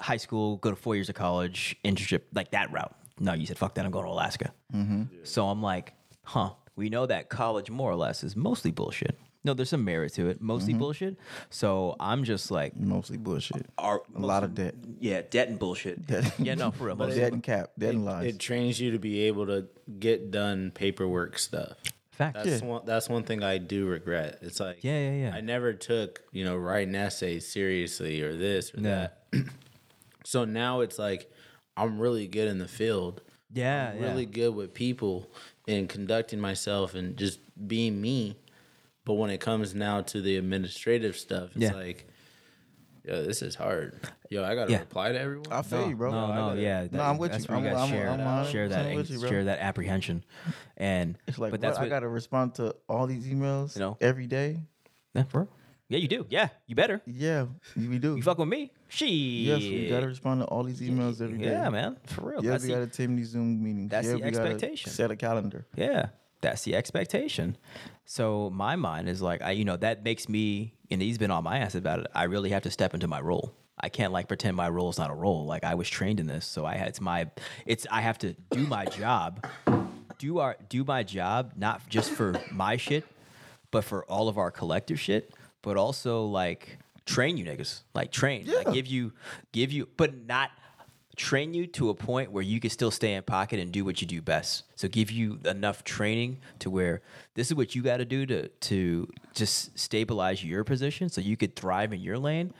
D: high school, go to four years of college, internship, like that route. No, you said, fuck that, I'm going to Alaska.
B: Mm-hmm.
D: So I'm like, huh, we know that college more or less is mostly bullshit. No, there's some merit to it, mostly
B: Mm-hmm.
D: bullshit. So I'm just like,
B: mostly bullshit.
D: are,
B: a lot of debt,
D: yeah, debt and bullshit. yeah, no, for real.
B: debt
D: mostly-
B: and cap, debt and lies.
C: It trains you to be able to get done paperwork stuff.
D: Fact.
C: That's one. That's one thing I do regret. It's like
D: Yeah, yeah, yeah.
C: I never took you know writing essays seriously or this or that. so now it's like I'm really good in the field.
D: Yeah,
C: I'm
D: yeah.
C: really good with people and conducting myself and just being me. But when it comes now to the administrative stuff, it's
D: Yeah.
C: like, yo, this is hard. Yo, I gotta
D: Yeah.
C: reply to everyone.
B: I feel you, bro.
D: No, no, yeah.
B: No, I'm with
D: that's
B: you.
D: where
B: I'm-
D: gotta
B: I'm-
D: share,
B: I'm
D: that- share that,
B: 100% with
D: ang-
B: you, bro.
D: share that apprehension, and
B: It's like,
D: but that's
B: what,
D: what,
B: I gotta respond to all these emails
D: You know?
B: every day.
D: yeah, for real. yeah, you do. Yeah, you better.
B: Yeah, we do.
D: You fuck with me. She.
B: yes, we gotta respond to all these emails every day.
D: Yeah, man, for real.
B: Yeah,
D: that's
B: we
D: the-
B: gotta attend these Zoom meetings.
D: that's
B: yeah,
D: the
B: we gotta
D: expectation.
B: Set a calendar.
D: Yeah, that's the expectation. So my mind is like, I, you know, that makes me, and he's been on my ass about it. I really have to step into my role. I can't like pretend my role's not a role. Like I was trained in this, so I it's my, it's I have to do my job, do our do my job, not just for my shit, but for all of our collective shit, but also like train you niggas, like train, like
B: Yeah.
D: give you, give you, but not train you to a point where you can still stay in pocket and do what you do best. So give you enough training to where this is what you got to do to to just stabilize your position so you could thrive in your lane.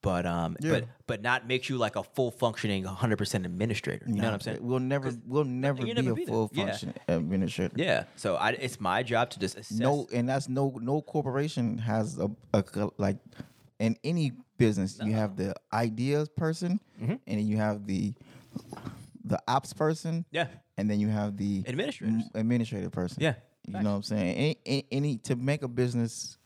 D: But um,
B: Yeah.
D: but but not make you like a full functioning 100% administrator. You know what I'm saying?
B: We'll never, we'll never be
D: you'll never
B: a
D: be there.
B: full
D: Yeah.
B: function administrator.
D: Yeah. So I, it's my job to just assess.
B: No, and that's no, no corporation has a, a co- like, in any business, you have the ideas person,
D: Mm-hmm.
B: and then you have the the ops person,
D: Yeah.
B: and then you have the
D: Administrators.
B: m- administrative person.
D: Yeah.
B: you know what I'm saying. Any, any, any to make a business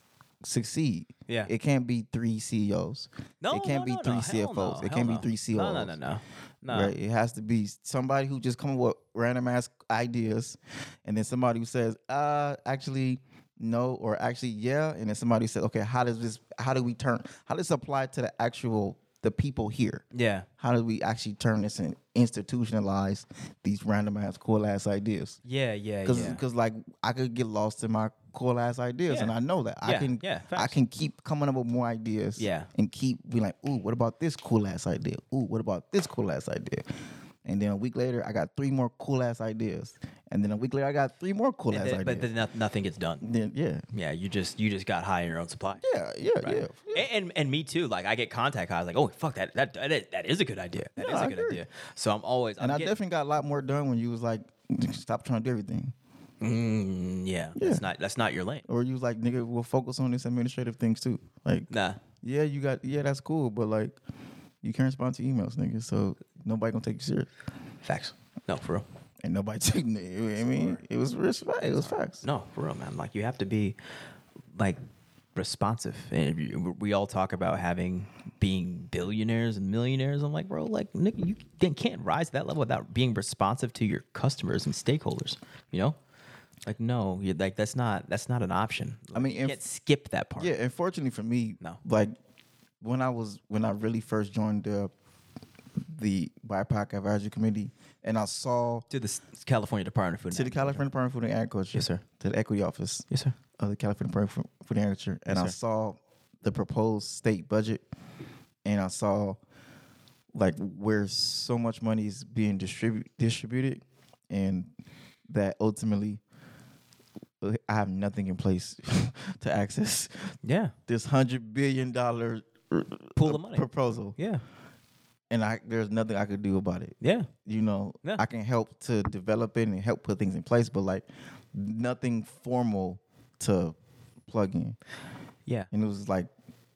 B: succeed.
D: Yeah.
B: it can't be three CEOs.
D: No,
B: it can't
D: no,
B: be
D: no,
B: three
D: no. Hell
B: CFOs.
D: no.
B: It
D: Hell
B: can't
D: no.
B: be three E COOs.
D: No, no, no, no. No.
B: Right? It has to be somebody who just come up with random ass ideas, and then somebody who says, "Uh, actually, no," or "Actually, yeah," and then somebody says, "Okay, how does this? How do we turn? How does this apply to the actual the people here.
D: Yeah.
B: How do we actually turn this and institutionalize these random ass cool ass ideas?
D: Yeah, yeah,
B: Because
D: yeah.
B: like I could get lost in my cool ass ideas,
D: Yeah.
B: and I know that I
D: Yeah,
B: can
D: yeah,
B: I
D: facts.
B: can keep coming up with more ideas.
D: Yeah.
B: and keep being like, ooh, what about this cool ass idea? Ooh, what about this cool ass idea? And then a week later, I got three more cool ass ideas, and then a week later, I got three more cool ass
D: Th-
B: ideas.
D: but then noth- nothing gets done.
B: then yeah,
D: Yeah, you just you just got high in your own supply.
B: yeah, yeah, yeah.
D: A- And, and me too. Like I get contact high. I was like, oh fuck that that that is, that is a good idea. That is
B: Yeah, I
D: a good
B: agree.
D: idea. So I'm always
B: And
D: I'm
B: I
D: getting-
B: definitely got a lot more done when you was like, stop trying to do everything.
D: Mm, yeah, that's not that's not your lane.
B: Or you was like, nigga, we'll focus on this administrative things too. Like,
D: Nah.
B: yeah, you got, yeah, that's cool, but like, you can't respond to emails, nigga, so nobody gonna take you serious.
D: Facts. No, for real.
B: And nobody took me. You know what I mean, it was real fact. It was facts.
D: No, for real, man. Like you have to be like responsive. And you- we all talk about having being billionaires and millionaires. I'm like, bro, like nigga, you can- can't rise to that level without being responsive to your customers and stakeholders. You know, like no, you like that's not that's not an option. Like,
B: mean,
D: you
B: if-
D: can't skip that part.
B: Yeah, and fortunately for me,
D: No.
B: Like when I was when I really first joined the the BIPOC advisory committee, and I saw
D: To the S- California Department of Food. and
B: to the
D: Agriculture.
B: California Department of Food and Agriculture,
D: Yes, sir.
B: to the equity office,
D: Yes, sir.
B: of the California Department of Food and Agriculture, and I saw the proposed state budget, and I saw like where so much money is being distribu- distributed, and that ultimately uh, I have nothing in place to access
D: Yeah.
B: this hundred billion dollar
D: Pool of money.
B: proposal,
D: Yeah.
B: and I there's nothing I could do about it
D: Yeah.
B: you know
D: Yeah.
B: i can help to develop it and help put things in place but like nothing formal to plug in
D: Yeah.
B: and it was like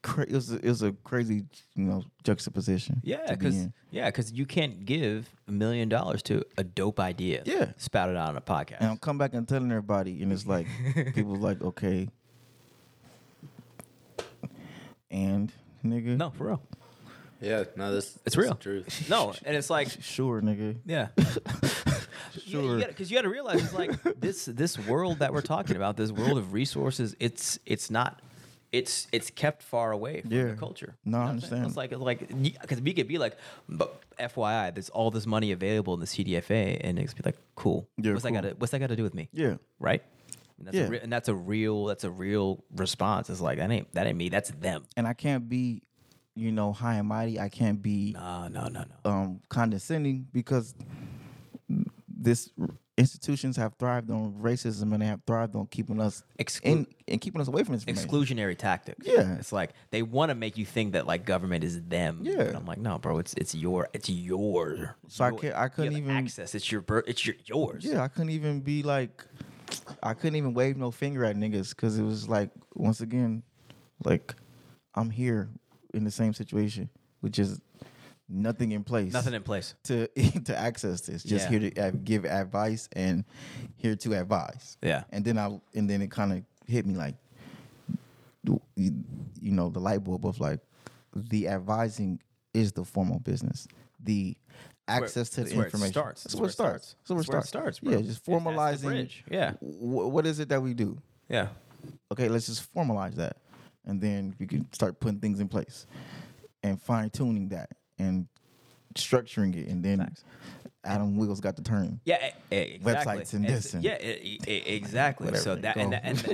B: cra- it was a, it was a crazy you know juxtaposition
D: Yeah,
B: to be
D: because
B: in.
D: yeah, because you can't give a million dollars to a dope idea.
B: Yeah.
D: spouted out on a podcast.
B: and i'm come back and telling everybody and it's like people like okay and nigga
D: no, for real,
C: Yeah, no, this this
D: it's real.
C: is truth.
D: No, and it's like
B: sure nigga
D: yeah,
B: Sure.
D: Because you, got to realize it's like this this world that we're talking about, this world of resources. It's it's not. It's it's kept far away from
B: Yeah.
D: the culture.
B: No, I
D: what I'm saying?
B: understand.
D: It's like it's like because we could be like, but FYI, there's all this money available in the CDFA, and it's be like, cool.
B: Yeah,
D: what's that
B: cool.
D: got to What's that got to do with me?
B: yeah
D: right? And that's,
B: Yeah.
D: a re- and that's a real that's a real response. It's like that ain't that ain't me. That's them.
B: and i can't be you know high and mighty i can't be
D: No, Uh, no, no, no.
B: um, condescending because this institutions have thrived on racism and they have thrived on keeping us
D: Exclu-
B: in, and keeping us away from this information.
D: Exclusionary tactics.
B: Yeah.
D: it's like they want to make you think that like government is them.
B: Yeah.
D: And I'm like, no, bro, it's it's your it's your.
B: So I
D: your-
B: can't- I
D: you
B: couldn't
D: have
B: even-
D: access. It's your birth. It's your yours.
B: Yeah, I couldn't even be like, I couldn't even wave no finger at niggas because it was like once again, like I'm here in the same situation, which is nothing in place.
D: nothing in place.
B: to to access this. Just
D: Yeah.
B: here to uh, give advice and here to advise.
D: Yeah.
B: And then I and then it kind of hit me like, you, you know, the light bulb of like, the advising is the formal business. The access to
D: that's
B: the
D: where it
B: information
D: starts.
B: That's where it starts.
D: That's where it starts, bro.
B: Yeah, just
D: That's the
B: formalizing.
D: bridge. Yeah.
B: wh- what is it that we do?
D: Yeah,
B: okay, let's just formalize that. And then we can start putting things in place and fine tuning that and structuring it. And then Adam Wiggles got the term.
D: yeah, e- e- exactly.
B: Websites and
D: It's-
B: this and-
D: yeah, e- e- exactly.
B: Whatever,
D: so that and,
B: go.
D: that and,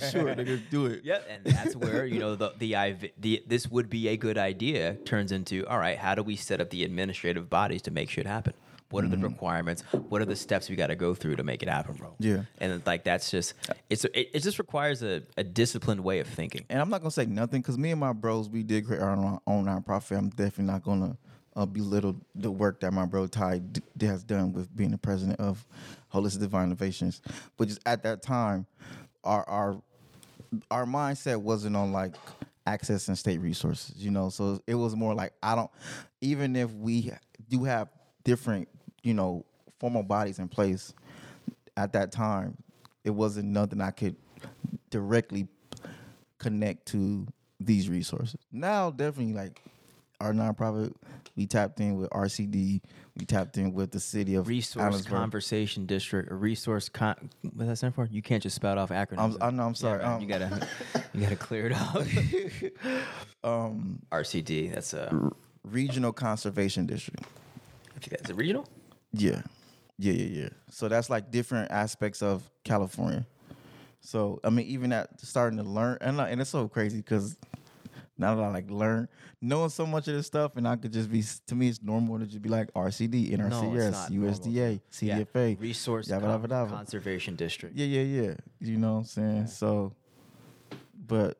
B: sure, nigga, do it.
D: Yep, and that's where you know the the, IV, the this would be a good idea turns into all right. How do we set up the administrative bodies to make shit happen? What
B: Mm-hmm.
D: are the requirements? What are the steps we got to go through to make it happen, bro?
B: Yeah.
D: and like that's just it's it, it just requires a, a disciplined way of thinking.
B: And I'm not gonna say nothing because me and my bros, we did create our own, own nonprofit. I'm definitely not gonna uh, belittle the work that my bro Ty d- has done with being the president of Holistic Divine Innovations. But just at that time, our our our mindset wasn't on like access and state resources, you know. So it was more like I don't, even if we do have different, you know, formal bodies in place, at that time, it wasn't nothing I could directly connect to these resources. Now, definitely, like our nonprofit, we tapped in with RCD, we tapped in with the city of
D: Resource
B: Allendsburg.
D: Conversation District, or resource con. What's that stand for? You can't just spout off acronyms.
B: I'm, I know, I'm sorry.
D: man,
B: um,
D: you gotta, you gotta clear it up.
B: um,
D: RCD. That's a.
B: regional conservation district.
D: I think that's a regional.
B: Yeah. Yeah, yeah, yeah. So that's like different aspects of California. So I mean, even at starting to learn, and like, and it's so crazy because now that I like learn knowing so much of this stuff, and I could just be to me, it's normal to just be like RCD,
D: No, it's
B: NRCS,
D: not normal.
B: USDA, CDFA,
D: Resource
B: yabba,
D: Con-
B: dabba, dabba.
D: Conservation District.
B: Yeah, yeah, yeah. You know what I'm saying? So, but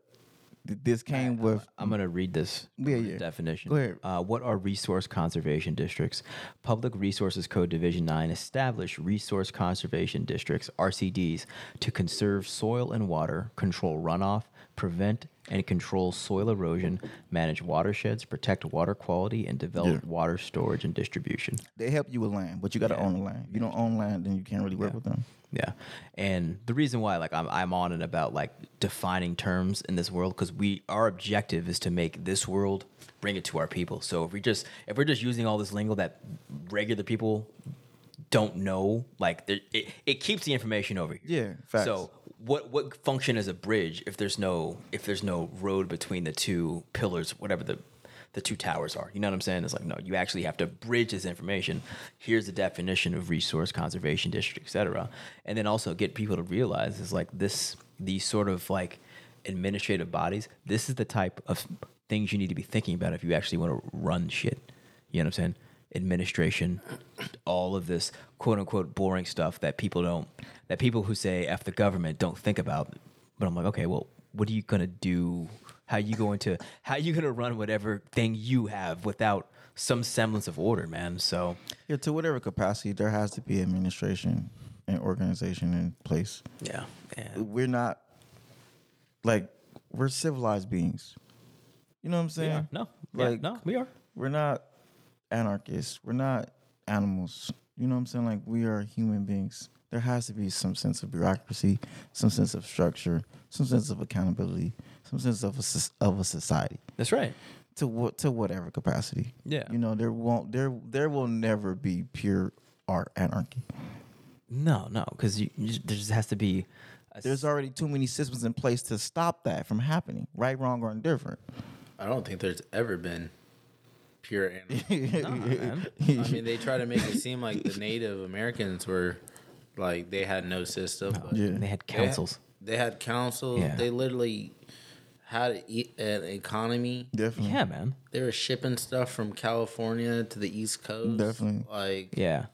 B: th- this came with
D: I'm going to read this
B: Yeah, yeah.
D: definition.
B: Go ahead.
D: Uh, what are resource conservation districts? Public Resources Code Division 9 established resource conservation districts, RCDs, to conserve soil and water, control runoff, prevent and control soil erosion, manage watersheds, protect water quality, and develop
B: Yeah.
D: water storage and distribution.
B: they help you with land, but you got to
D: Yeah.
B: own the land. You don't own land, then you can't really work
D: Yeah.
B: with them.
D: Yeah. And the reason why like I'm I'm on and about like defining terms in this world cuz we our objective is to make this world bring it to our people. So if we just if we're just using all this lingo that regular people don't know, like there- it, it keeps the information over here.
B: Yeah, facts.
D: So what what function is a bridge if there's no if there's no road between the two pillars, whatever the the two towers are. You know what I'm saying? It's like no, you actually have to bridge this information. Here's the definition of resource conservation district, et cetera, and then also get people to realize is like this these sort of like administrative bodies. This is the type of things you need to be thinking about if you actually want to run shit. You know what I'm saying? Administration, all of this quote unquote boring stuff that people don't, that people who say F the government don't think about. But I'm like, okay, well, what are you going to do? How you going to, how you going to run whatever thing you have without some semblance of order, man? So,
B: Yeah, to whatever capacity, there has to be administration and organization in place.
D: yeah. man.
B: We're not like we're civilized beings. You know what I'm saying?
D: Yeah, no, like,
B: Like-
D: no, we are.
B: We're not anarchists. We're not animals. You know what I'm saying? Like we are human beings. There has to be some sense of bureaucracy, some sense of structure, some sense of accountability, some sense of a, soc- of a society
D: That's right.
B: to what to whatever capacity.
D: Yeah.
B: You know, there won't there there will never be pure art anarchy.
D: No, no, because you, you, there just has to be a
B: There's already too many systems in place to stop that from happening. Right, wrong, or indifferent.
C: I don't think there's ever been pure animal.
D: man.
C: I mean, they try to make it seem like the Native Americans were like they had no system. but
B: Yeah.
D: They had
C: they had-
D: councils.
C: They had councils.
D: Yeah.
C: They literally had e- an economy.
B: Definitely.
D: Yeah, man.
C: They were shipping stuff from California to the East Coast.
B: Definitely.
C: Like
D: Yeah.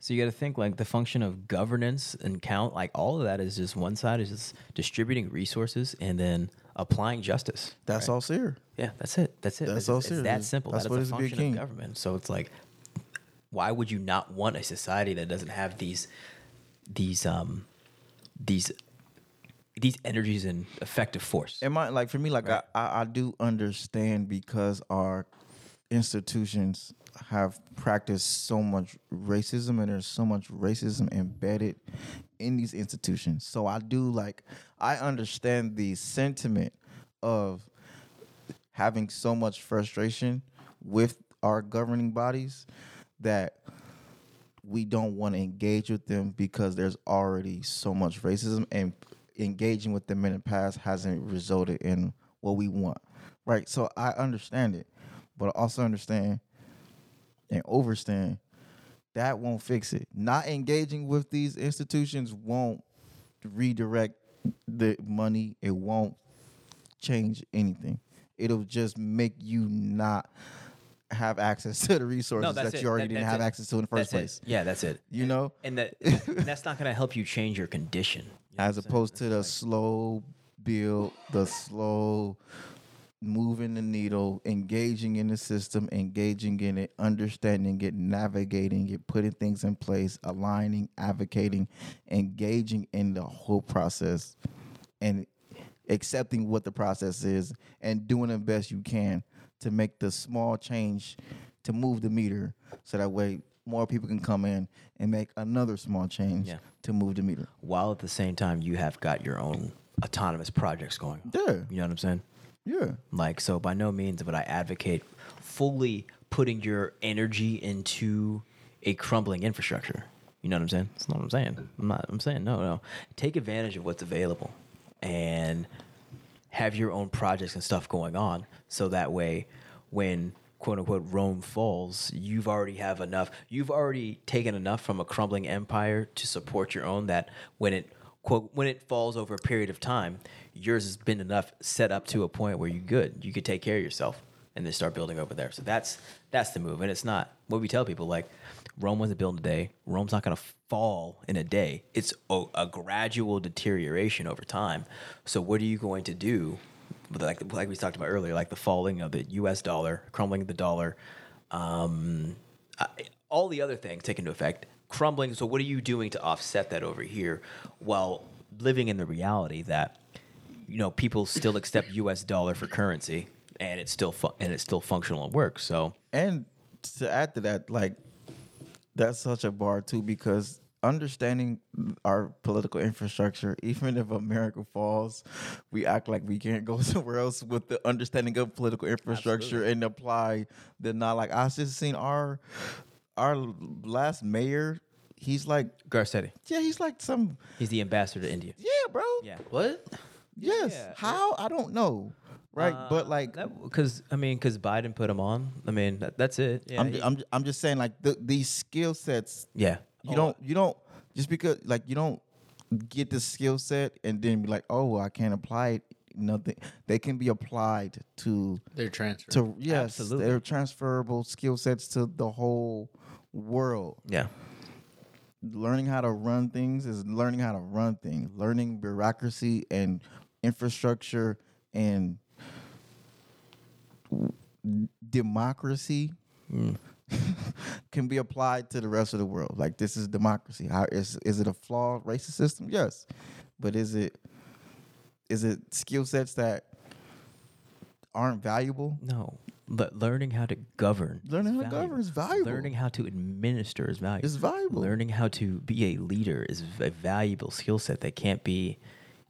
D: So you got to think like the function of governance and count, like all of that is just one side is just distributing resources and then applying justice.
B: That's all seer.
D: Yeah, that's it. That's it.
B: That's
D: It's-
B: all
D: it's,
B: serious.
D: that simple.
B: That's
D: That's
B: what
D: that
B: it is
D: is
B: to
D: a
B: be a
D: function
B: king.
D: of government. So it's like, why would you not want a society that doesn't have these, these, um, these, these energies and effective force?
B: Am I like for me, like I, I, I do understand because our institutions have practiced so much racism and there's so much racism embedded in these institutions. So I do like I understand the sentiment of having so much frustration with our governing bodies that we don't want to engage with them because there's already so much racism and engaging with them in the past hasn't resulted in what we want right so i understand it but i also understand and overstand that won't fix it not engaging with these institutions won't redirect the money it won't change anything it'll just make you not have access to the resources
D: that's
B: that
D: it.
B: you already
D: That-
B: didn't
D: that's
B: have
D: it.
B: access to in the first
D: That's it.
B: place
D: Yeah, that's it.
B: you know
D: and that that's not going to help you change your condition.
B: as opposed to the slow build, the slow moving the needle, engaging in the system, engaging in it, understanding it, navigating it, putting things in place, aligning, advocating, engaging in the whole process and accepting what the process is and doing the best you can to make the small change to move the meter so that way more people can come in and make another small change
D: Yeah.
B: to move the meter.
D: While at the same time, you have got your own autonomous projects going. on.
B: Yeah.
D: You know what I'm saying?
B: Yeah.
D: Like so, by no means would I advocate fully putting your energy into a crumbling infrastructure. You know what I'm saying? That's not what I'm saying. I'm not. I'm saying no, no. Take advantage of what's available and have your own projects and stuff going on, so that way, when quote unquote Rome falls, you've already have enough. You've already taken enough from a crumbling empire to support your own. That when it quote when it falls over a period of time, yours has been enough set up to a point where you're good. You could take care of yourself and then start building over there. So that's that's the move. And it's not what we tell people like Rome wasn't built in a day. Rome's not going to fall in a day. It's a, a gradual deterioration over time. So what are you going to do? with, Like like we talked about earlier, like the falling of the U.S. dollar, crumbling of the dollar, um, I, all the other things take into effect. Crumbling. So what are you doing to offset that over here, while living in the reality that you know people still accept U.S. dollar for currency and it's still fu- and it's still functional and works. So
B: And to add to that, like that's such a bar too, because understanding our political infrastructure, even if America falls, we act like we can't go somewhere else with the understanding of political infrastructure and apply the not like I just seen our our last mayor, he's like
D: Garcetti,
B: yeah, he's like some
D: he's the ambassador to India.
B: yeah, bro.
D: Yeah.
C: What?
B: Yes.
D: Yeah. Uh,
B: How? I don't know. Right. but like
D: because I mean, because Biden put him on. I mean, that, that's it. Yeah,
B: I'm, ju- I'm ju- I'm just saying like the, these skill sets
D: yeah.
B: You don't you don't just because like you don't get the skill set and then be like, oh, well, I can't apply it. Nothing. They can be applied to
C: They're transferred.
B: to yes,
D: Absolutely.
B: they're transferable skill sets to the whole world.
D: yeah.
B: Learning how to run things is learning how to run things. Learning bureaucracy and infrastructure and democracy can be applied to the rest of the world. Like this is democracy. How is is it a flawed racist system? Yes, but is it is it skill sets that aren't valuable?
D: No, but learning how to govern. is
B: Learning how to
D: valuable.
B: govern is valuable.
D: Learning how to administer is valuable.
B: It's valuable.
D: Learning how to be a leader is a valuable skill set that can't be.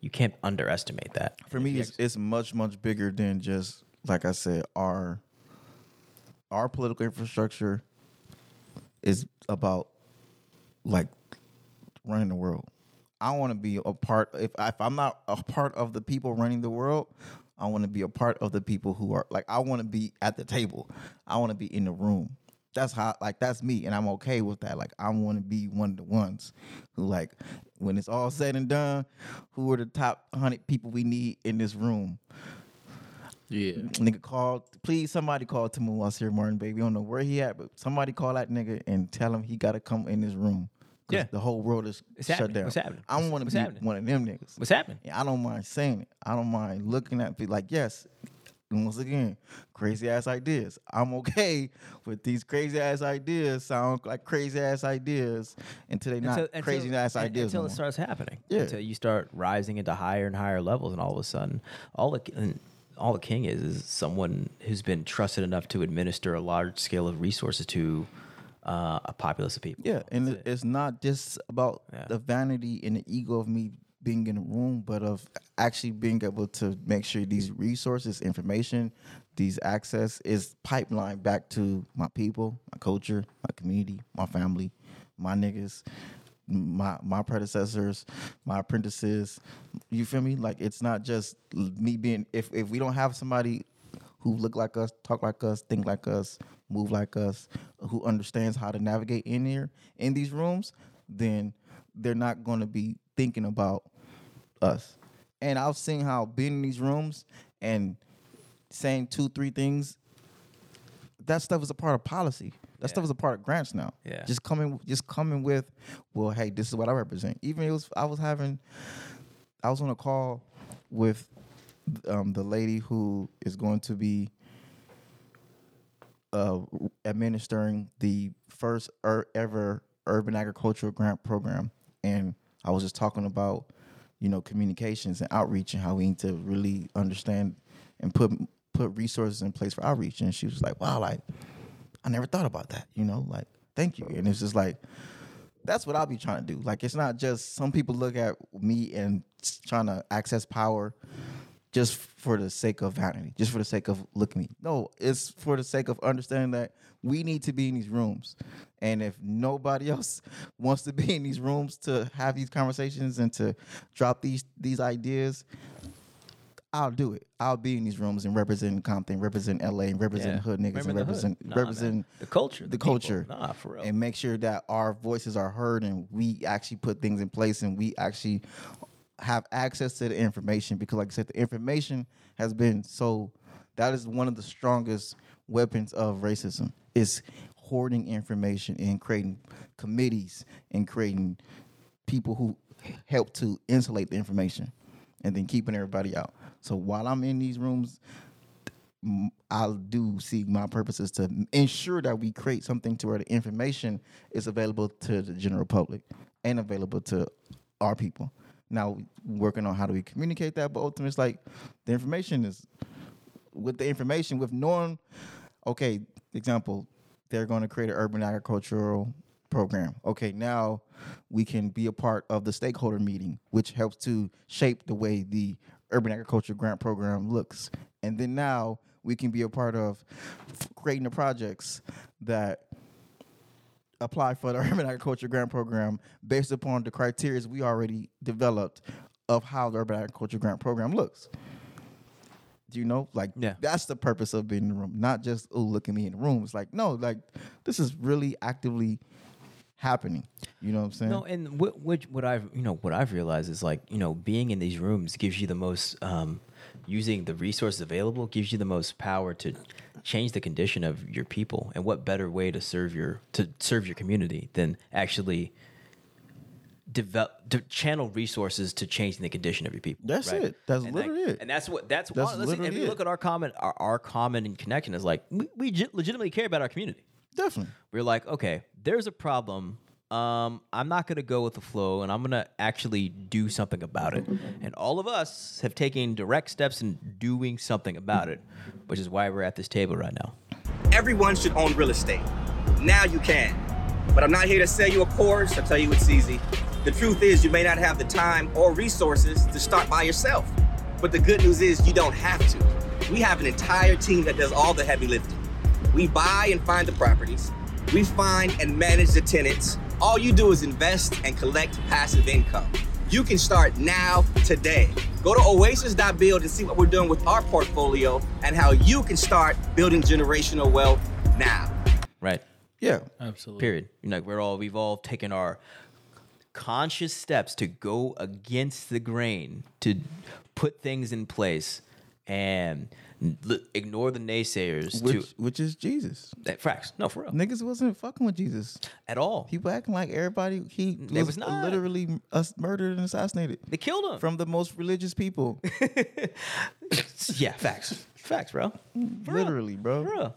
D: You can't underestimate that.
B: For me, it's, it's much much bigger than just like I said. Our our political infrastructure is about like running the world. I want to be a part. If if I'm not a part of the people running the world, I want to be a part of the people who are like. I want to be at the table. I want to be in the room. That's how like that's me, and I'm okay with that. Like I want to be one of the ones who like when it's all said and done, who are the top hundred people we need in this room?
C: yeah.
B: Nigga called. Please, somebody call Timu Wasir Martin, baby. We don't know where he at, but somebody call that nigga and tell him he gotta come in this room. 'Cause
D: Yeah.
B: the whole world is
D: It's
B: shut
D: happening.
B: down.
D: It's happening.
B: I
D: It's-
B: want to
D: it's
B: be
D: happening.
B: one of them niggas.
D: What's happening?
B: And I don't mind saying it. I don't mind looking at people like, yes, and once again, crazy ass ideas. I'm okay with these crazy ass ideas sound like crazy ass ideas until they not crazy ass
D: un-
B: ideas.
D: until
B: no
D: it
B: more.
D: starts happening.
B: Yeah.
D: Until you start rising into higher and higher levels, and all of a sudden, all the and all the king is is someone who's been trusted enough to administer a large scale of resources to uh, a populace of people.
B: Yeah, and it- it's not just about
D: Yeah.
B: the vanity and the ego of me being in the room, but of actually being able to make sure these resources, information, these access is pipeline back to my people, my culture, my community, my family, my niggas, my my predecessors, my apprentices. You feel me? Like it's not just me being. If if we don't have somebody who look like us, talk like us, think like us, move like us, who understands how to navigate in here in these rooms, then they're not going to be thinking about us. And I've seen how being in these rooms and saying two, three things, that stuff is a part of policy. That stuff is a part of grants now.
D: Yeah.
B: Just coming, just coming with, well, hey, this is what I represent. Even it was, I was having I was on a call with um, the lady who is going to be uh, administering the first er- ever urban agricultural grant program, and I was just talking about you know communications and outreach and how we need to really understand and put put resources in place for outreach. And she was like, "Wow, like I never thought about that." You know, like thank you. And it's just like that's what I'll be trying to do. Like it's not just some people look at me and s- trying to access power just for the sake of vanity, just for the sake of looking. No, it's for the sake of understanding that we need to be in these rooms. And if nobody else wants to be in these rooms to have these conversations and to drop these these ideas, I'll do it. I'll be in these rooms and represent Compton, represent LA, and represent
D: Yeah.
B: hood niggas,
D: Remember
B: and
D: the hood.
B: represent
D: Nah, man.
B: represent
D: The culture, the
B: the
D: people.
B: culture.
D: Nah, for real.
B: And make sure that our voices are heard and we actually put things in place and we actually have access to the information because, like I said, the information has been so. That is one of the strongest weapons of racism. Is hoarding information and creating committees and creating people who help to insulate the information and then keeping everybody out. So while I'm in these rooms, m- I do see my purpose is to ensure that we create something to where the information is available to the general public and available to our people. Now, working on how do we communicate that, but ultimately, it's like the information is with the information, with knowing, okay, example, they're going to create an urban agricultural program. Okay, now we can be a part of the stakeholder meeting, which helps to shape the way the urban agriculture grant program looks. And then now we can be a part of f- creating the projects that apply for the urban agriculture grant program based upon the criteria we already developed of how the urban agriculture grant program looks. Do you know? Like
D: Yeah.
B: that's the purpose of being in the room, not just oh look at me in the room. It's like no, like this is really actively happening. You know what I'm saying?
D: No, and what what what I've you know what I've realized is like you know being in these rooms gives you the most um, using the resources available gives you the most power to change the condition of your people. And what better way to serve your to serve your community than actually develop to channel resources to changing the condition of your people.
B: That's
D: right?
B: it. That's
D: and
B: literally
D: like,
B: it.
D: And that's what that's,
B: That's
D: honestly, if
B: literally
D: you
B: it.
D: look at our common our, our common and connection is like we, we ge- legitimately care about our community
B: Definitely.
D: we're like, okay, there's a problem. Um, I'm not gonna go with the flow, and I'm gonna actually do something about it. And all of us have taken direct steps in doing something about it, which is why we're at this table right now.
E: Everyone should own real estate. Now you can. But I'm not here to sell you a course or tell you it's easy. The truth is, you may not have the time or resources to start by yourself. But the good news is, you don't have to. We have an entire team that does all the heavy lifting. We buy and find the properties, we find and manage the tenants. All you do is invest and collect passive income. You can start now, today. Go to oasis.build and see what we're doing with our portfolio and how you can start building generational wealth now.
D: Right.
B: Yeah.
C: Absolutely.
D: Period. You know, like we're all we've all taken our conscious steps to go against the grain to put things in place and l- ignore the naysayers
B: Which
D: to
B: which is Jesus.
D: that facts. No, for real.
B: Niggas wasn't fucking with Jesus.
D: At all.
B: People acting like everybody he was,
D: was not.
B: literally us murdered and assassinated
D: They killed him.
B: from the most religious people.
D: yeah, facts. Facts, bro.
B: literally, bro.
D: For real.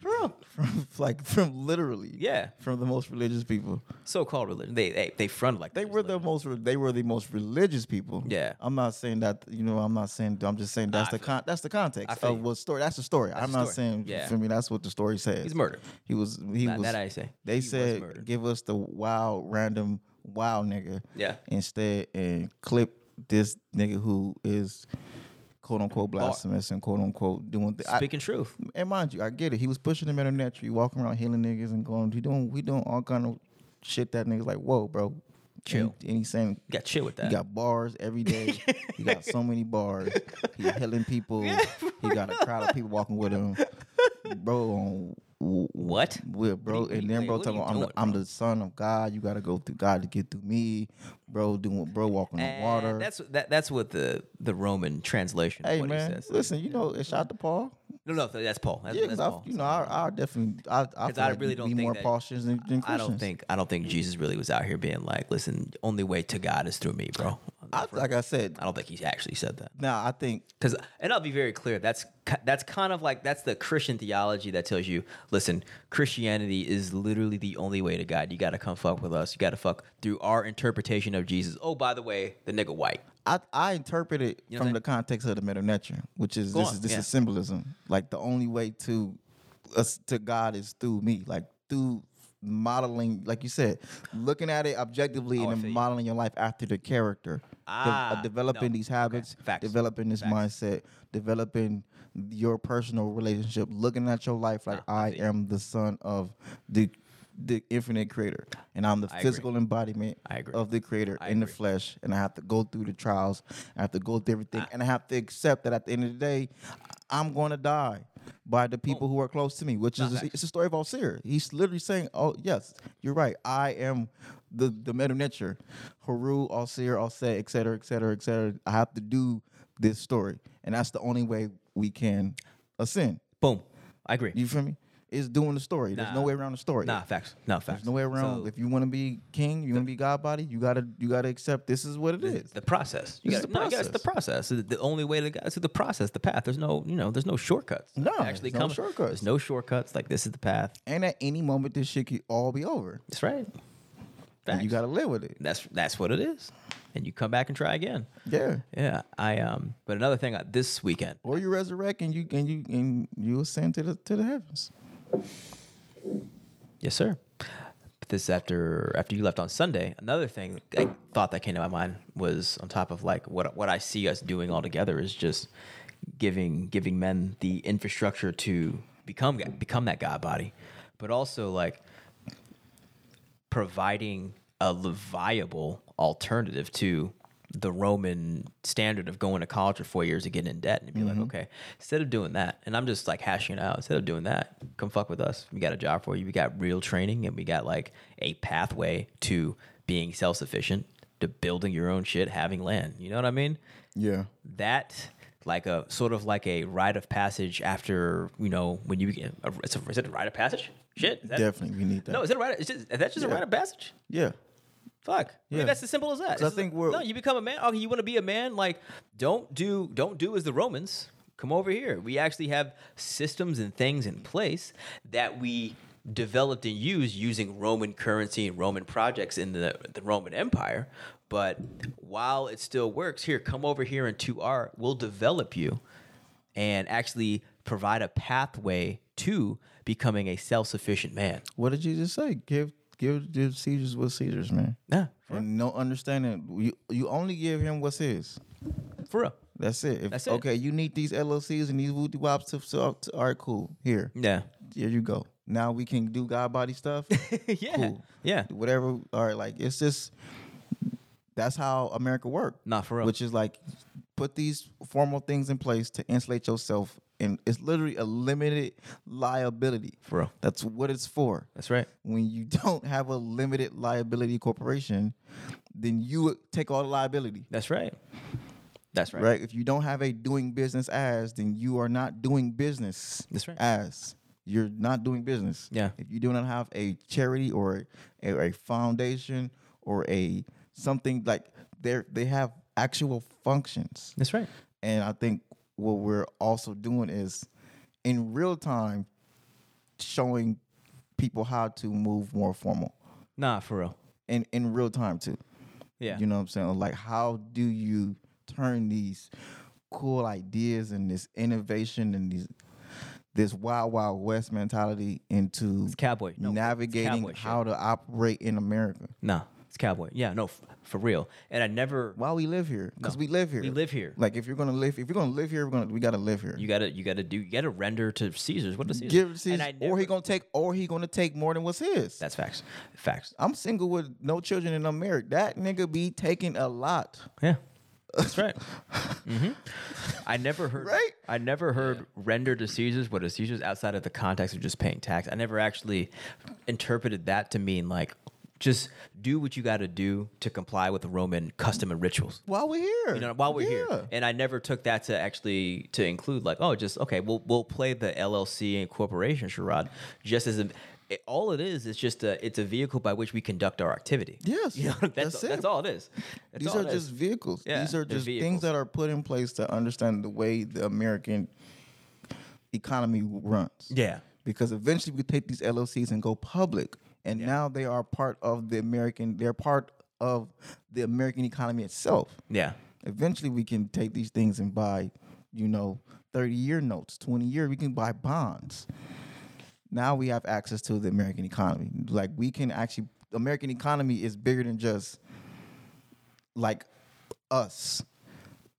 D: For real.
B: From like from literally.
D: Yeah.
B: From the most religious people.
D: So-called religion. They they they fronted like
B: They were the most. re- They were the most religious people.
D: Yeah.
B: I'm not saying that. You know, I'm not saying. I'm just saying that's
D: I
B: the
D: feel-
B: con- that's the
D: I
B: context
D: feel
B: of
D: you.
B: what story. That's the story. I'm
D: the
B: not
D: story.
B: saying.
D: Yeah.
B: For me, that's what the story says.
D: He's murdered.
B: He was. He
D: Nah,
B: was.
D: that I say.
B: They
D: He was
B: said,
D: murdered.
B: give us the wild, random, wild nigga.
D: Yeah.
B: Instead, and clip this nigga who is. "Quote unquote blasphemous" and "quote unquote" doing the I-
D: speaking truth.
B: and mind you, I get it. He was pushing them in the net tree, walking around healing niggas and going, he doing, we doing all kind of shit that niggas like, whoa, bro.
D: Chill.
B: And, and he's saying,
D: You got chill with
B: he
D: that.
B: got bars every day. he got so many bars. He healing people. he got a crowd of people walking with him. Bro, on
D: what?
B: well, bro,
D: you-
B: and
D: what
B: then
D: you-
B: bro
D: what
B: talking
D: you
B: about I'm the,
D: doing,
B: I'm the son of God. You gotta go through God to get through me, bro. Doing bro walking on
D: And
B: water.
D: Eh, That's that, that's what the the Roman translation. of
B: hey
D: what He
B: man,
D: says.
B: listen, you know, it's shot to Paul.
D: No, no, that's Paul. That's,
B: Yeah,
D: that's
B: because I,
D: Paul.
B: you know, I, I definitely, I, I, feel
D: I
B: like
D: really
B: we
D: don't
B: be
D: think
B: more
D: that-
B: postures than, than Christians.
D: I don't think I don't think Jesus really was out here being like, listen, only way to God is through me, bro.
B: I, like I said,
D: I don't think he actually said that.
B: now I think
D: Because, and I'll be very clear. That's ki- that's kind of like that's the Christian theology that tells you, listen, Christianity is literally the only way to God. You got to come fuck with us. You got to fuck through our interpretation of Jesus. Oh, by the way, the nigga white.
B: I, I interpret it
D: know what I'm
B: from
D: saying?
B: the context of the meta nature, which is
D: Go
B: this
D: on,
B: is this
D: yeah.
B: is symbolism. Like the only way to us to God is through me, like through modeling, like you said, looking at it objectively
D: Oh, I
B: and
D: feel
B: then
D: you.
B: modeling your life after the character. de- uh,
D: Ah,
B: developing
D: no.
B: these habits,
D: Facts.
B: developing this mindset, developing your personal relationship, looking at your life like
D: Ah,
B: I am the son of the the infinite creator and I'm the
D: agree.
B: physical embodiment
D: I agree.
B: of the creator in the
D: agree.
B: flesh and I have to go through the trials, I have to go through everything and I have to accept that at the end of the day I'm going to die by the people who are close to me, which is it's the story of Osir. He's literally saying, "Oh yes, you're right. I am the the meta nature, Haru, Osir, Osir, et cetera, et cetera, et cetera. I have to do this story, and that's the only way we can ascend.
D: Boom. I agree.
B: You feel me? It's doing the story. There's no
D: Nah.
B: way around the story.
D: nah, facts. No facts.
B: There's no way around.
D: So,
B: if you want to be king, you want to be God body. You gotta you gotta accept this is what it is.
D: the process. You
B: This
D: gotta,
B: is the
D: No, I guess the process. The- The only way to get is through the process, the path. There's no, you know, there's no shortcuts.
B: No,
D: actually,
B: there's no
D: coming-
B: shortcuts.
D: There's no shortcuts. Like this is the path.
B: and at any moment, this shit could all be over.
D: That's right.
B: And
D: Facts.
B: you gotta live with it.
D: that's that's what it is. And you come back and try again.
B: Yeah.
D: Yeah, I um. But another thing uh, this weekend.
B: Or you resurrect and you and you and you ascend to the to the heavens.
D: Yes, sir. But this after after you left on Sunday. Another thing, I thought that came to my mind was on top of like what what I see us doing all together is just giving giving men the infrastructure to become become that God body, but also like providing a li- viable alternative to the Roman standard of going to college for four years and getting in debt and be like, okay, instead of doing that, and I'm just like hashing it out, instead of doing that, come fuck with us. We got a job for you. We got real training and we got like a pathway to being self sufficient, to building your own shit, having land. You know what I mean?
B: Yeah.
D: that like a sort of like a rite of passage after you know when you get a, it's a, is it a rite of passage? Shit, is that-
B: Definitely we need that.
D: No, is it a rite? Of, is, just, is that just a rite of passage?
B: Yeah.
D: Fuck. I mean,
B: Yeah.
D: that's as simple as that.
B: I
D: It's-
B: think we're-
D: no, you become a man. Okay, you want to be a man? Like, don't do, don't do as the Romans. Come over here. We actually have systems and things in place that we developed and used using Roman currency and Roman projects in the, the Roman Empire. But while it still works, here, come over here and to our, we'll develop you and actually provide a pathway to becoming a self sufficient man.
B: What did Jesus say? Give give give Caesar's what Caesar's, man.
D: Yeah,
B: And no understanding. You you only give him what's his.
D: for real.
B: That's it. If,
D: That's it.
B: Okay, you need these LLCs and these wooty wops to, to, to all right, cool. Here.
D: Yeah.
B: Here you go. Now we can do God body stuff.
D: yeah.
B: Cool.
D: Yeah.
B: Whatever. All right, like it's just that's how America worked.
D: Nah, for real.
B: Which is like put these formal things in place to insulate yourself and it's literally a limited liability.
D: For real.
B: That's what it's for.
D: That's right.
B: When you don't have a limited liability corporation, then you would take all the liability.
D: That's right. That's right.
B: right? If you don't have a doing business as, then you are not doing business.
D: That's right.
B: As you're not doing business.
D: Yeah.
B: If you do not have a charity or a, a foundation or a something like they they have actual functions,
D: That's right.
B: and I think what we're also doing is in real time showing people how to move more formal
D: Nah, for real.
B: in in real time too.
D: Yeah.
B: You know what I'm saying? Like, how do you turn these cool ideas and this innovation and these this wild wild west mentality into
D: cowboy. No, it's
B: navigating
D: cowboy shit.
B: how to operate in America?
D: Nah, it's cowboy. Yeah, no, f- for real. And I never.
B: Why we live here? Because
D: No.
B: we live here.
D: We live here.
B: Like, if you're gonna live, if you're gonna live here, we're gonna we gotta live here.
D: You gotta, you gotta do, you gotta render to Caesar's. What does Caesar?
B: Give
D: And
B: Caesar,
D: I
B: or he
D: never-
B: gonna take, or he gonna take more than what's his.
D: That's facts. Facts.
B: I'm single with no children and I'm married. That nigga be taking a lot.
D: Yeah. That's right. Mhm. I never heard.
B: Right?
D: I never heard render to Caesar's what is Caesar's outside of the context of just paying tax. I never actually interpreted that to mean like just do what you got to do to comply with the Roman custom and rituals.
B: While we're here,
D: you know, while we're
B: Yeah.
D: here. And I never took that to actually to include like, oh, just okay, we'll we'll play the LLC and corporation charade just as a it, all it is is just a it's a vehicle by which we conduct our activity.
B: Yes,
D: You know, that's,
B: that's
D: that's,
B: it.
D: all it is. That's
B: These
D: all
B: are
D: it is.
B: just vehicles.
D: Yeah,
B: These are
D: they're
B: just things
D: vehicles.
B: that are put in place to understand the way the American economy runs.
D: yeah.
B: Because eventually we take these LLCs and go public, and now they are part of the American. They're part of the American economy itself.
D: Yeah.
B: Eventually we can take these things and buy, you know, thirty-year notes, twenty-year. We can buy bonds. Now we have access to the American economy. Like we can actually, the American economy is bigger than just like us.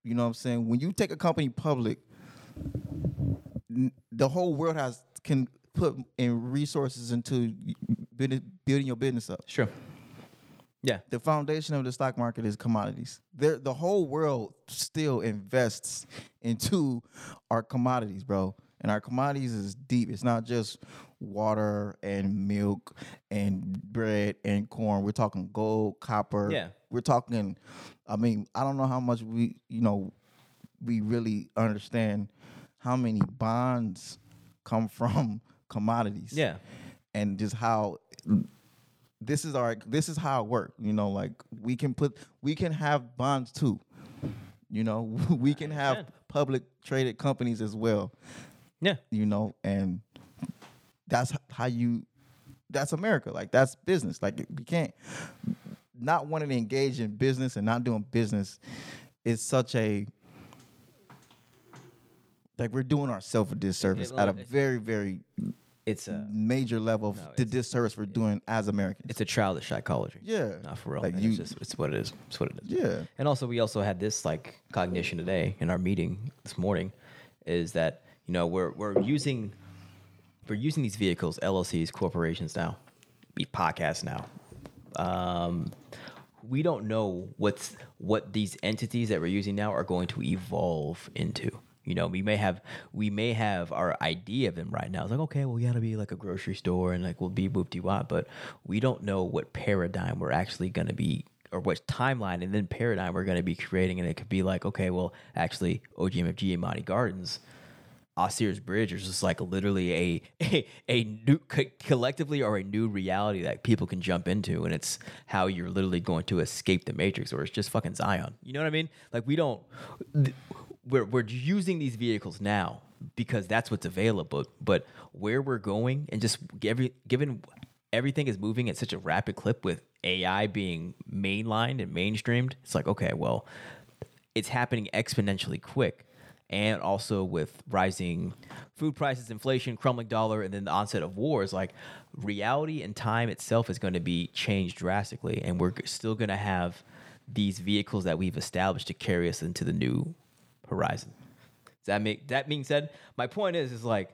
B: You know what I'm saying? When you take a company public, n- the whole world has can put in resources into business, building your business up.
D: Sure. Yeah.
B: The foundation of the stock market is commodities. There, the whole world still invests into our commodities, bro. And our commodities is deep. It's not just water and milk and bread and corn. We're talking gold, copper.
D: Yeah.
B: We're talking. I mean, I don't know how much we, you know, we really understand how many bonds come from commodities
D: Yeah.
B: and just how this is our this is how it work you know like we can put we can have bonds too you know we can have public traded companies as well
D: Yeah.
B: you know and that's h- how you that's america like that's business like we can't not wanting to engage in business and not doing business is such a like we're doing ourselves a disservice at a
D: well, it-
B: very very
D: It's a
B: major level of the disservice we're doing as Americans.
D: it's a childish psychology.
B: Yeah.
D: Not for real.
B: Like
D: And
B: you-
D: it's just it's what it is. It's what it is.
B: Yeah.
D: And also we also had this like cognition today in our meeting this morning is that, you know, we're we're using we're using these vehicles, LLCs, corporations now, be podcasts now. Um we don't know what's what these entities that we're using now are going to evolve into. You know, we may have we may have our idea of them right now. It's like, okay, well, we gotta be like a grocery store and like we'll be whoop de wop, but we don't know what paradigm we're actually gonna be or what timeline and then paradigm we're gonna be creating. And it could be like, okay, well, actually OGMFG and Monty Gardens Osir's Bridge is just like literally a a, a new co- collectively or a new reality that people can jump into, and it's how you're literally going to escape the matrix, or it's just fucking Zion. You know what I mean? Like we don't th- we're we're using these vehicles now because that's what's available, but where we're going and just every given everything is moving at such a rapid clip with AI being mainlined and mainstreamed, it's like okay, well, it's happening exponentially quick and also with rising food prices inflation crumbling dollar and then the onset of wars like reality and time itself is going to be changed drastically and we're still going to have these vehicles that we've established to carry us into the new horizon does that make that being said my point is is like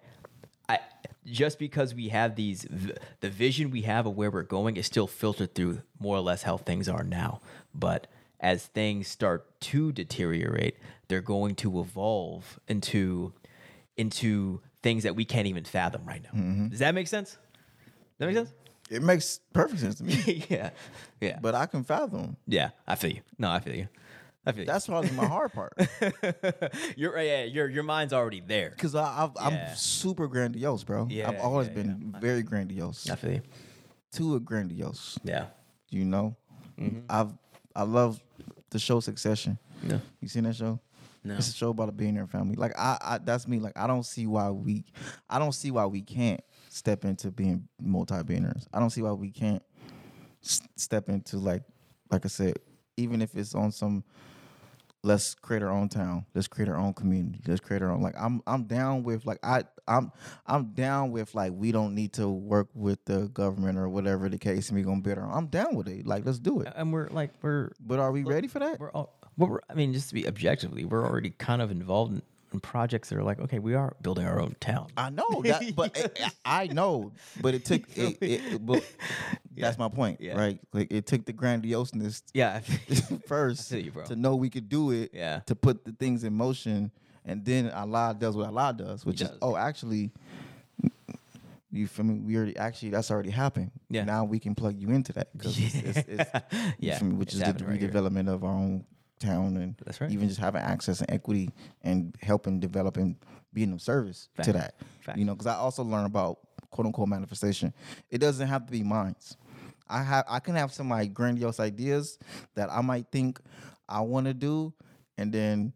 D: I, just because we have these, v- the vision we have of where we're going is still filtered through more or less how things are now. But as things start to deteriorate, they're going to evolve into into things that we can't even fathom right now.
B: Mm-hmm.
D: Does that make sense? Does that make sense?
B: It makes perfect sense to me,
D: yeah, yeah,
B: but I can fathom.
D: yeah. I feel you. No, I feel you. I feel you.
B: That's probably my hard part
D: your yeah, your your mind's already there.
B: because I've,
D: Yeah.
B: I'm super grandiose, bro.
D: Yeah,
B: I've always
D: yeah,
B: been very grandiose,
D: I feel you.
B: too grandiose.
D: Yeah,
B: You know, I've I love the show Succession.
D: Mm-hmm. Yeah.
B: You seen that show? No. It's a show about a billionaire family. Like I, I, that's me. Like I don't see why we, I don't see why we can't step into being multi-billionaires. I don't see why we can't s- step into like, like I said, even if it's on some, let's create our own town, let's create our own community, let's create our own. Like I'm, I'm down with like I, I'm, I'm down with like we don't need to work with the government or whatever the case. We gonna build our. Own. I'm down with it. Like let's do it.
D: and we're like we're
B: But are we ready for that?
D: we're all well, we're, I mean, just to be objectively, we're already kind of involved in, in projects that are like, okay, we are building our own town.
B: I know that, but eh, I, I know, but it took. It, it, but that's my point,
D: Yeah.
B: right? Like it took the grandioseness
D: yeah,
B: first
D: feel you, bro.
B: to know we could do it.
D: Yeah.
B: To put the things in motion, and then Allah does what Allah does, which is
D: does.
B: oh, actually, you feel me? We already actually that's already happened.
D: Yeah.
B: Now we can plug you into that because it's, it's, it's you
D: yeah,
B: feel me, which
D: it's
B: is the
D: happening right here.
B: redevelopment of our own town and
D: That's right.
B: even just having access and equity and helping develop and being of service to
D: Fact.
B: that.
D: Fact.
B: You know, because I also learn about quote unquote manifestation. It doesn't have to be minds. I have I can have some like grandiose ideas that I might think I want to do, and then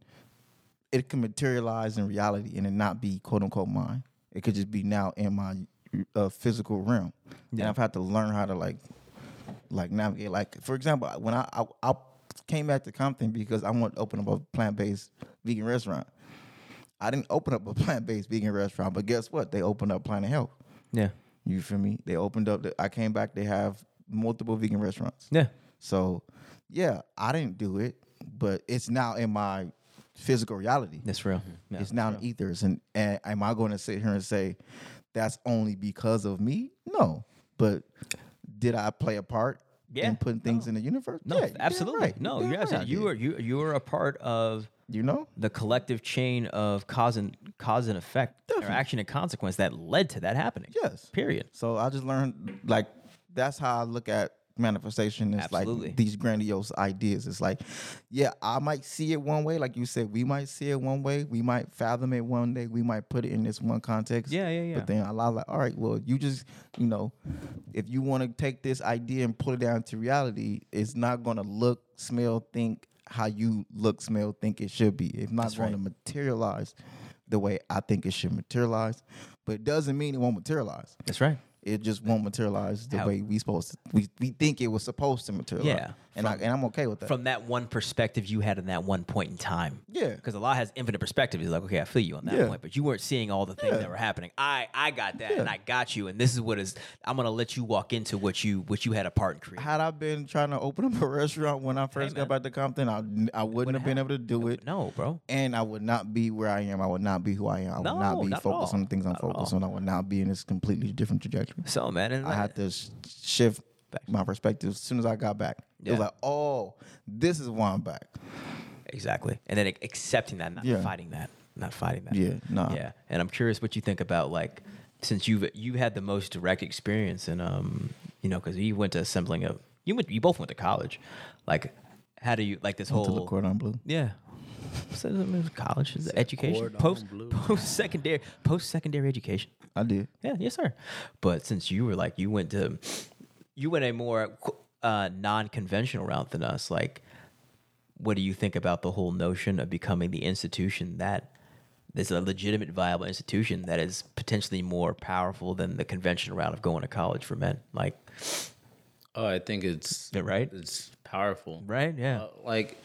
B: it can materialize in reality and it not be quote unquote mine. It could just be now in my uh, physical realm, and I've had to learn how to like like navigate. Like for example, when I I, I came back to Compton because I wanted to open up a plant based vegan restaurant. I didn't open up a plant based vegan restaurant, but guess what? They opened up Planet Health.
D: yeah,
B: You feel me? They opened up. The, I came back. They have multiple vegan restaurants.
D: yeah,
B: So, yeah, I didn't do it, but it's now in my physical reality.
D: That's real. Yeah.
B: it's now in ethers, and, and am I going to sit here and say that's only because of me? No, but did I play a part
D: Yeah.
B: in putting things in the universe?
D: No,
B: Yeah, you're
D: absolutely.
B: right.
D: No,
B: damn
D: you're
B: right
D: absolutely.
B: I
D: You
B: did.
D: are you you are a part of
B: you know,
D: the collective chain of cause and cause and effect or action and consequence that led to that happening.
B: Yes.
D: Period.
B: So I just learned like that's how I look at manifestation. It's
D: Absolutely.
B: like these grandiose ideas. It's like, yeah, I might see it one way, like you said, we might see it one way, we might fathom it one day, we might put it in this one context.
D: Yeah, yeah, yeah.
B: But then I lot like, all right, well, you just, you know, if you want to take this idea and put it down to reality, it's not gonna look, smell, think how you look, smell, think it should be. It's not going to materialize the way I think it should materialize, but it doesn't mean it won't materialize
D: That's right.
B: it just won't materialize the
D: How-
B: way we supposed to, we we think it was supposed to materialize.
D: Yeah.
B: and I, and I'm okay with that.
D: From that one perspective you had in that one point in time.
B: Yeah.
D: Because Allah has infinite perspective. He's like, okay, I feel you on that
B: Yeah.
D: point, but you weren't seeing all the things that were happening. I I got that and I got you, and this is what is I'm gonna let you walk into what you what you had a part in creating.
B: Had I been trying to open up a restaurant when I first got
D: man.
B: back to Compton, I n- I wouldn't have been able to do it.
D: No, bro.
B: And I would not be where I am. I would not be who I am. I would
D: No,
B: not be
D: not at
B: focused
D: all.
B: on the things I'm
D: Not at
B: focused on.
D: all.
B: I would not be in this completely different trajectory.
D: So man, and
B: I had to sh- shift my perspective as soon as I got back. It was
D: Yeah.
B: like, oh, this is why I'm back.
D: Exactly. And then ac- accepting that, not
B: Yeah.
D: fighting that, not fighting that.
B: Yeah, nah.
D: Yeah. And I'm curious what you think about like since you've you had the most direct experience and um you know because you went to assembling of you went you both went to college, like how do you like this
B: To
D: whole
B: look cordon blue.
D: yeah. So, I mean, college is education
C: cordon
D: post
C: bleu.
D: post secondary post secondary education
B: I did.
D: yeah yes sir but since you were like you went to you went a more qu- uh, non-conventional route than us like what do you think about the whole notion of becoming the institution that is a legitimate viable institution that is potentially more powerful than the conventional route of going to college for men like
C: Oh, I think it's
D: Yeah, right?
C: It's powerful,
D: right yeah
C: Uh, like,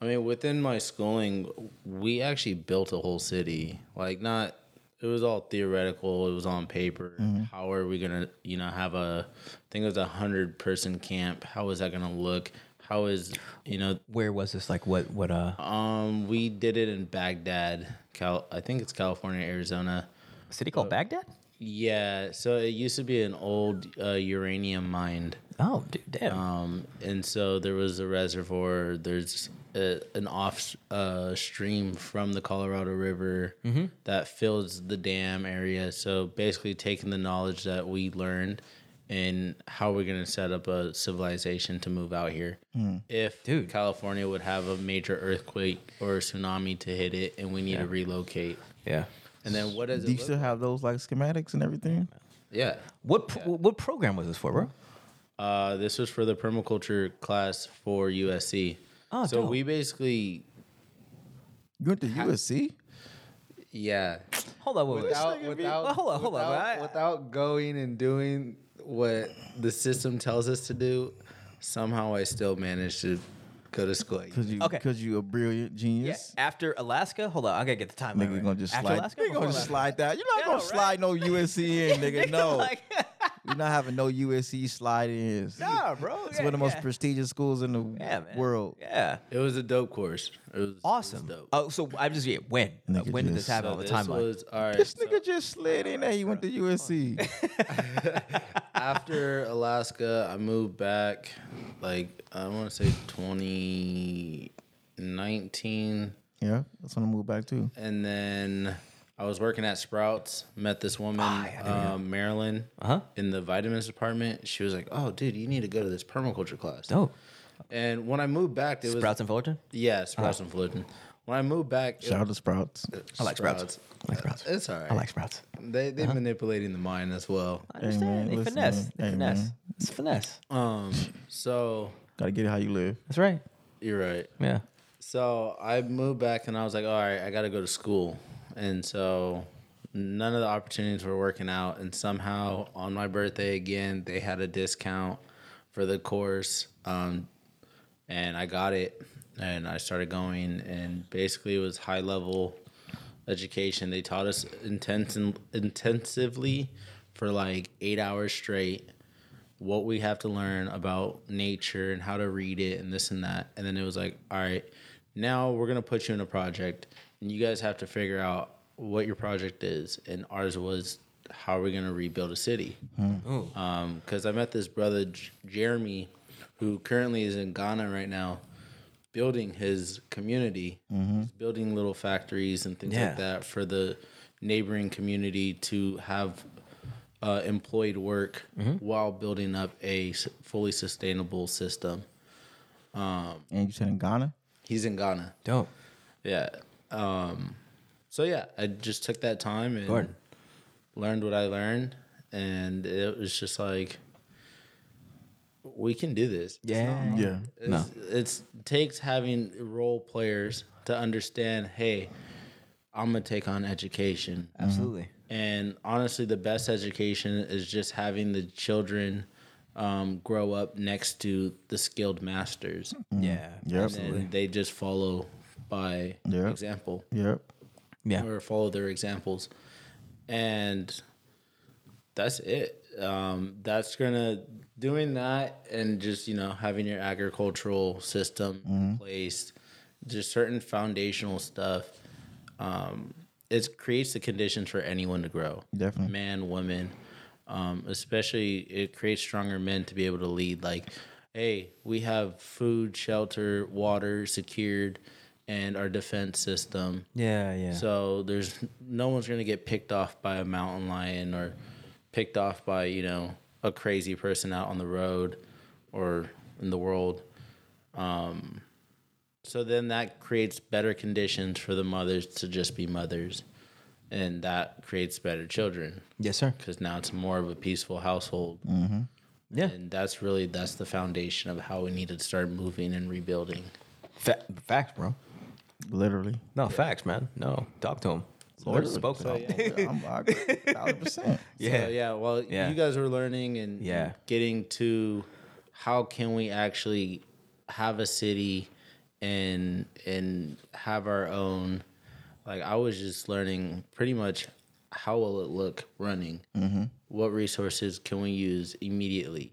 C: I mean, within my schooling, we actually built a whole city. Like, not it was all theoretical. It was on paper. How are we gonna, you know, have a? I think it was a hundred person camp. How is that gonna look? How is you know?
D: where was this like what what uh
C: Um, we did it in Baghdad, Cal. I think it's California, Arizona.
D: city
C: uh,
D: called baghdad
C: Yeah, so it used to be an old uh, uranium mine.
D: oh dude damn
C: Um, and so there was a reservoir. There's a, an off uh, stream from the Colorado River
D: Mm-hmm.
C: that fills the dam area. So basically, taking the knowledge that we learned and how we're going to set up a civilization to move out here. If
D: Mm. Dude.
C: California would have a major earthquake or tsunami to hit it, and we need to relocate,
D: yeah
C: and then what does
B: Do you
C: it
B: still
C: look?
B: have those like schematics and everything?
C: Yeah.
D: what pro- what program was this for bro
C: Uh, this was for the permaculture class for USC.
D: Oh,
C: so
D: dope.
C: we basically
B: You went to USC.
C: Yeah.
D: hold on wait, wait.
F: without, without,
D: Well, hold on, hold on,
F: without,
D: but I-
F: without going and doing
C: What the system tells us to do, somehow I still managed to go to school.
B: Cause you,
D: Okay.
B: cause you a brilliant
D: Yeah,
B: genius.
D: after Alaska, hold on, I gotta get the timeline.
B: Nigga
D: right.
B: gonna just
D: after
B: slide.
D: Alaska,
B: nigga
D: hold
B: gonna
D: on.
B: just slide that. You're not
D: Yeah,
B: gonna
D: right?
B: slide no USC in, nigga. No,
D: Like,
B: you're not having no USC slide in.
D: nah, bro.
B: It's one of the most prestigious schools in the
D: yeah, man.
B: world.
D: Yeah,
C: It was a dope course. It was it was
D: awesome.
C: dope.
D: Oh, so I'm just yeah, when Uh,
B: Nigga
D: when did this
B: just-
D: happen
C: So
D: on the
C: this
D: timeline?
C: was all right.
B: This
C: so
B: nigga just slid in there. He went to USC.
C: after Alaska, I moved back. Like I want to say 2019,
B: yeah, that's when I moved back to.
C: and then I was working at Sprouts. Met this woman, uh, Marilyn,
D: Uh-huh.
C: in the vitamins department. She was like, "Oh, dude, you need to go to this permaculture class."
D: oh,
C: And when I moved back, it was
D: Sprouts and Fullerton.
C: Yeah, Sprouts and Fullerton. When I moved back, it-
B: Shout out to Sprouts.
D: I like Sprouts. I like Sprouts.
C: It's all right.
D: I like Sprouts. Uh-huh.
C: They they manipulating the mind as well.
D: I understand.
B: man,
D: they
B: listen,
D: finesse.
B: man.
D: They
B: Hey,
D: finesse.
B: man.
D: It's finesse.
C: Um, so
B: Gotta get it how you live.
D: That's right.
C: you're right.
D: Yeah.
C: So I moved back and I was like, all right, I got to go to school, and so none of the opportunities were working out. And somehow on my birthday again, they had a discount for the course. Um, and I got it and I started going and basically it was high level education. They taught us intense intensively for like 8 hours straight what we have to learn about nature and how to read it and this and that. And then it was like, all right, now we're gonna put you in a project, and you guys have to figure out what your project is. And ours was how are we gonna rebuild a city? Because Um, I met this brother J- Jeremy, who currently is in Ghana right now, building his community, He's building little factories and things
D: Yeah.
C: like that for the neighboring community to have uh, employed work while building up a s- fully sustainable system.
B: And you said in Ghana?
C: He's in Ghana.
D: Dope.
C: Yeah. Um, so yeah, I just took that time and
D: Gordon.
C: learned what I learned, and it was just like, we can do this.
D: Yeah.
B: Yeah.
C: It's, it's takes having role players to understand. Hey, I'm gonna take on education,
D: Absolutely.
C: and honestly, the best education is just having the children um, grow up next to the skilled masters,
D: Mm-hmm. Yeah.
B: Yep.
C: and they just follow by
B: Yeah.
C: example
B: Yep.
D: Yeah.
C: or follow their examples. And that's it. Um, that's gonna doing that and just you know having your agricultural system in place, just certain foundational stuff. Um, it creates the conditions for anyone to grow.
B: Definitely.
C: man, woman. Um, especially, it creates stronger men to be able to lead. Like, hey, we have food, shelter, water secured, and our defense system.
D: Yeah. Yeah.
C: So there's no one's gonna get picked off by a mountain lion or picked off by you know a crazy person out on the road or in the world. Um, so then that creates better conditions for the mothers to just be mothers, and that creates better children
D: yes, sir.
C: because now it's more of a peaceful household.
D: Yeah.
C: And that's really that's the foundation of how we need to start moving and rebuilding.
D: Fa- facts, bro.
B: Literally.
D: No, facts, man. No, talk to him. Lord spoke to him.
B: I'm I agree. 1000%.
D: Yeah.
C: So, yeah. Well,
D: Yeah.
C: you guys were learning and
D: Yeah.
C: getting to how can we actually have a city and and have our own. Like I was just learning pretty much how will it look running.
D: Mm-hmm.
C: What resources can we use immediately?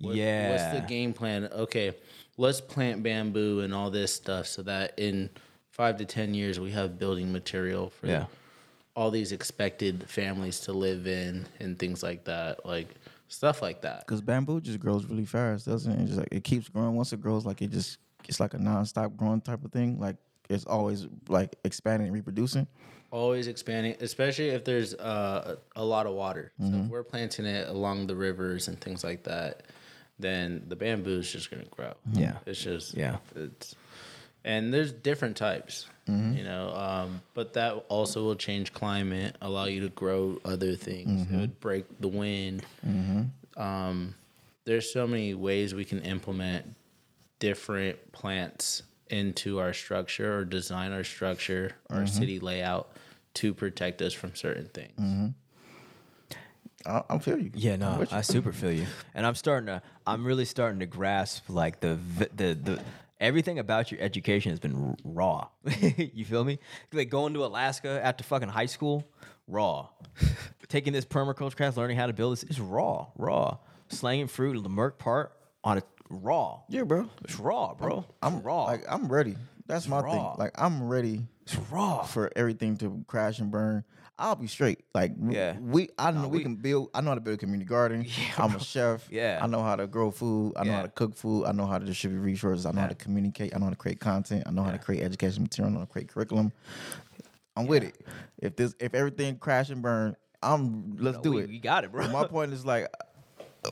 C: What-
D: Yeah.
C: What's the game plan? Okay, let's plant bamboo and all this stuff so that in five to ten years we have building material for
D: Yeah.
C: all these expected families to live in and things like that, like stuff like that.
B: Because bamboo just grows really fast, doesn't it? It's just like it keeps growing. Once it grows, like it just it's like a non-stop growing type of thing. Like it's always like expanding and reproducing.
C: Always expanding, especially if there's uh, a lot of water. So if we're planting it along the rivers and things like that, then the bamboo is just gonna grow.
D: Yeah.
C: it's just
D: Yeah.
C: it's and there's different types,
B: Mm-hmm.
C: you know. Um, but that also will change climate, allow you to grow other things.
B: Mm-hmm.
C: It would break the wind. Um, there's so many ways we can implement different plants into our structure or design our structure, our
B: Mm-hmm.
C: city layout to protect us from certain things.
B: Mm-hmm. I, I feel you.
D: Yeah, no,
B: Which-
D: I super feel you, and I'm starting to, I'm really starting to grasp like the v- the the everything about your education has been r- raw. you feel me? Like going to Alaska after fucking high school, raw. Taking this permaculture class, learning how to build this, it's raw, raw. Slanging fruit in the Merck part on a raw.
B: yeah, bro.
D: It's raw, bro. I'm raw.
B: Like I'm ready. That's my
D: raw.
B: thing. Like I'm ready
D: it's raw.
B: for everything to crash and burn. I'll be straight. Like w-
D: Yeah.
B: we, I know we,
D: we-
B: can build. I know how to build a community garden. I'm a chef.
D: Yeah.
B: I know how to grow food. I know
D: Yeah.
B: how to cook food. I know how to distribute resources. I know how to communicate. I know how to create content. I know how to create education material. I know how to create curriculum. I'm with it. If this, if everything crash and burn, I'm. Let's do
D: we,
B: it.
D: we got it, bro.
B: But my point is like, uh,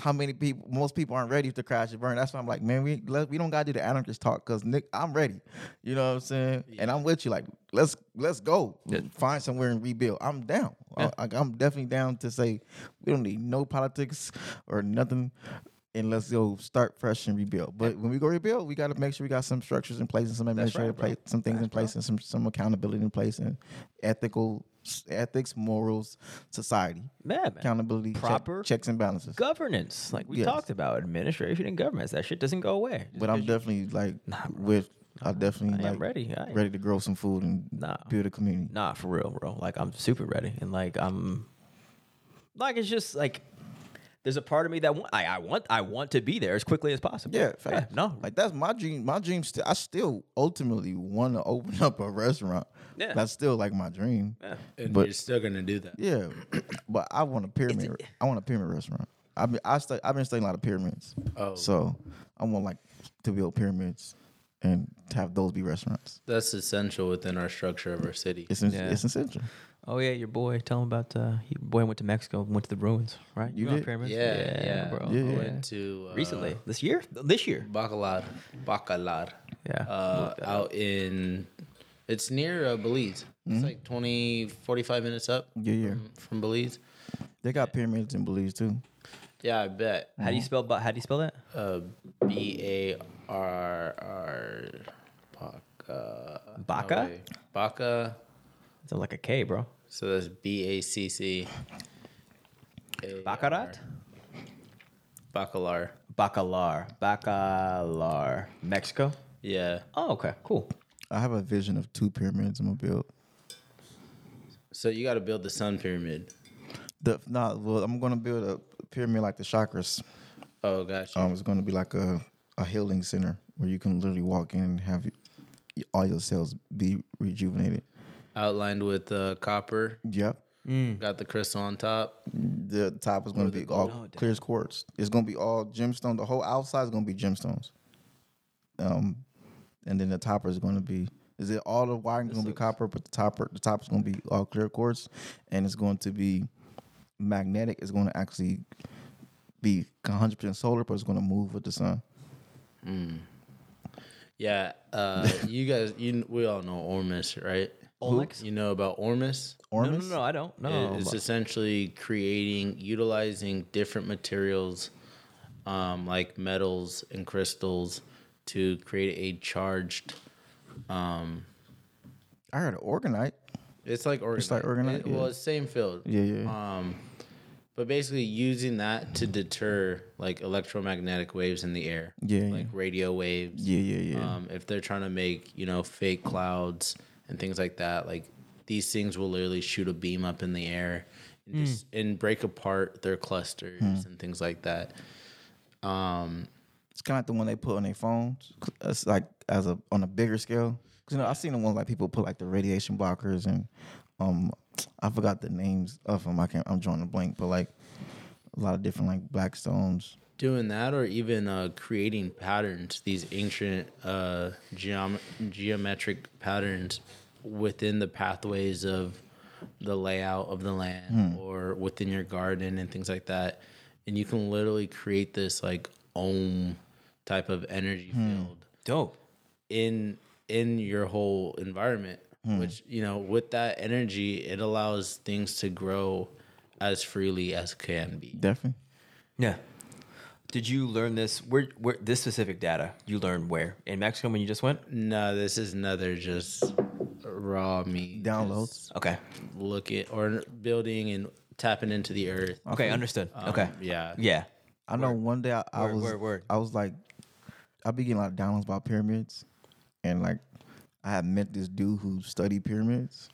B: how many people? Most people aren't ready to crash and burn. That's why I'm like, man, we let, we don't gotta do the anarchist talk because Nick, I'm ready. You know what I'm saying? And I'm with you. Like, let's let's go find somewhere and rebuild. I'm down. I, like, I'm definitely down to say we don't need no politics or nothing. And let's go start fresh and rebuild. But when we go rebuild, we got to make sure we got some structures in place and some administrative
D: bro.
B: place, some things in place, and some some accountability in place, and ethical ethics, morals, society
D: Yeah, man.
B: accountability, check-
D: Proper
B: checks and balances.
D: governance, like we
B: Yes.
D: talked about, administration and governance. That shit doesn't go away.
B: But I'm definitely like with. I definitely
D: I am
B: like
D: ready. I am-
B: ready to grow some food and
D: Nah.
B: build a community.
D: Nah, for real, bro. Like I'm super ready, and like I'm, like it's just like there's a part of me that want, I, I want I want to be there as quickly as possible.
B: Yeah, facts.
D: no,
B: like that's my dream. My dream. St- I still ultimately want to open up a restaurant.
D: Yeah.
B: that's still like my dream. Yeah,
C: And
B: But-
C: you're still gonna do that.
B: yeah. but I want a pyramid. I want a pyramid restaurant. I've been I stu- I've been studying a lot of pyramids.
C: Oh.
B: so I want like to build pyramids and to have those be restaurants.
C: That's essential within our structure of our city.
B: It's in-
D: Yeah.
B: it's essential.
D: Oh yeah, your boy. Tell him about uh, your boy went to Mexico, went to the ruins, right?
B: You
D: went
B: did?
D: pyramids?
C: Yeah, yeah,
D: bro.
B: Yeah,
C: I
B: yeah.
C: went to uh,
D: Recently, this year, this year.
C: Bacalar, Bacalar.
D: Yeah,
C: Uh, out in, it's near uh, Belize.
D: Hmm?
C: It's like 20, 45 minutes up
B: Yeah, yeah.
D: Mm-hmm.
C: from, from Belize.
B: They got pyramids in Belize too.
C: Yeah, I bet.
D: uh, How do you spell? Ba- How do you spell that?
C: Uh, B A R R Baca.
D: Baca?
C: No, wait. Baca.
D: It's like a K, bro.
C: So that's B A C C.
D: Baccarat,
C: Bacalar.
D: Bacalar, Bacalar, Mexico.
C: Yeah.
D: Oh, okay, cool.
B: I have a vision of two pyramids I'm gonna build.
C: So you got to build the sun pyramid.
B: The nah, well, I'm gonna build a pyramid like the chakras.
C: Oh, gotcha.
B: Um, it's gonna be like a a healing center where you can literally walk in and have y- all your cells be rejuvenated.
C: Outlined with uh, copper.
B: Yep.
D: Hmm.
C: Got the crystal on top.
B: The top is gonna be all clear as quartz. It's gonna be all gemstone. The whole outside is gonna be gemstones. Um, and then the topper is gonna be. Is it all the wiring gonna be copper, but the topper the top is gonna be all clear quartz, and it's going to be magnetic. It's gonna actually be 100 percent solar, but it's gonna move with the sun.
C: Yeah. Uh, you guys, you we all know Ormus, right?
D: Olmex?
C: You know about Ormus?
D: No, no,
B: Ormus?
D: no, I don't. No,
C: It's
D: but-
C: essentially creating, utilizing different materials, um, like metals and crystals, to create a charged. Um,
B: I heard organite.
C: it's like organite.
B: like organite,
C: It- Well,
B: yeah.
C: it's same field.
B: Yeah,
D: Uh,
B: yeah.
C: Um, but basically using that to deter like electromagnetic waves in the air.
B: Yeah, yeah.
C: Like radio waves.
B: Yeah, yeah, yeah.
C: Um, if they're trying to make you know fake clouds and things like that, like these things will literally shoot a beam up in the air and,
B: Hmm.
C: just, and break apart their clusters and things like that. Um,
B: It's kind of like the one they put on their phones, it's like as a on a bigger scale. 'Cause, you know, I've seen the ones like people put like the radiation blockers and um, I forgot the names of them. I can't. I'm drawing a blank, but like a lot of different like black stones.
C: Doing that, or even uh, creating patterns, these ancient uh, geom- geometric patterns within the pathways of the layout of the land or within your garden and things like that. And you can literally create this like ohm type of energy field
D: dope.
C: in in your whole environment which you know with that energy it allows things to grow as freely as can be
B: Definitely.
D: Yeah. Did you learn this? Where, where this specific data you learned where in Mexico when you just went?
C: no this is another just raw me
B: Downloads.
D: Okay.
C: look at or building and tapping into the earth Um,
D: Okay, understood. okay.
C: yeah
D: Yeah.
B: I know one day I, I
D: Word,
B: was
D: word, word.
B: I was like I be getting a lot of downloads about pyramids and like I had met this dude who studied pyramids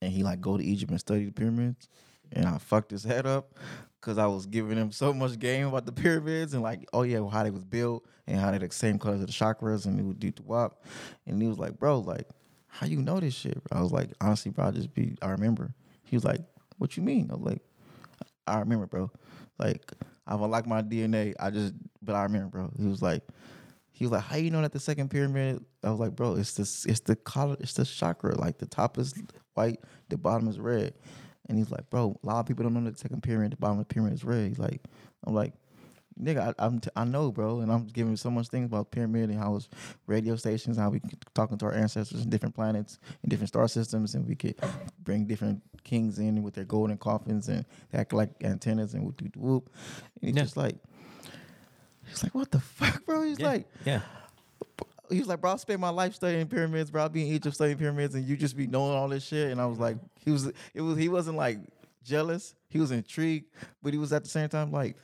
B: and he like go to Egypt and study the pyramids and I fucked his head up because I was giving him so much game about the pyramids and like oh yeah how they was built and how they the same colors of the chakras and it would do the wop and he was like bro like how you know this shit I was like honestly bro I just be I remember he was like what you mean I was like I remember, bro. Like I've unlocked my DNA. I just, but I remember, bro. He was like, he was like, how you know that the second pyramid? I was like, bro, it's this, it's the color, it's the chakra. Like the top is white, the bottom is red. And he's like, bro, a lot of people don't know that the second pyramid, the bottom of the pyramid is red. He's like, I'm like, nigga, I, I'm t- I know, bro, and I'm giving so much things about pyramid and how it's radio stations, how we keep talking to our ancestors in different planets and different star systems, and we could bring different kings in with their golden coffins and they act like antennas and whoop whoop whoop. And he's just like, he's like, what the fuck, bro? He's like.
D: Yeah.
B: He was like, bro, I spent my life studying pyramids, bro. I'll be in Egypt studying pyramids, and you just be knowing all this shit. And I was like, he was, it was, he wasn't like jealous. He was intrigued, but he was at the same time like,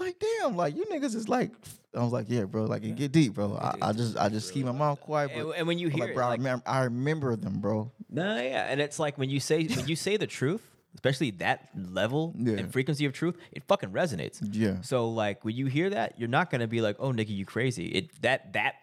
B: like damn, like you niggas is like. I was like, yeah, bro. Like it get deep, bro. I, I just, I just keep my mouth quiet. But
D: And- and when you
B: I'm
D: hear
B: like,
D: it,
B: bro, I,
D: like-
B: remember, I remember them, bro.
D: No, yeah, and it's like when you say when you say the truth, especially that level
B: Yeah.
D: and frequency of truth, it fucking resonates.
B: Yeah.
D: So like when you hear that, you're not gonna be like, "Oh, Nikki, you crazy." It that that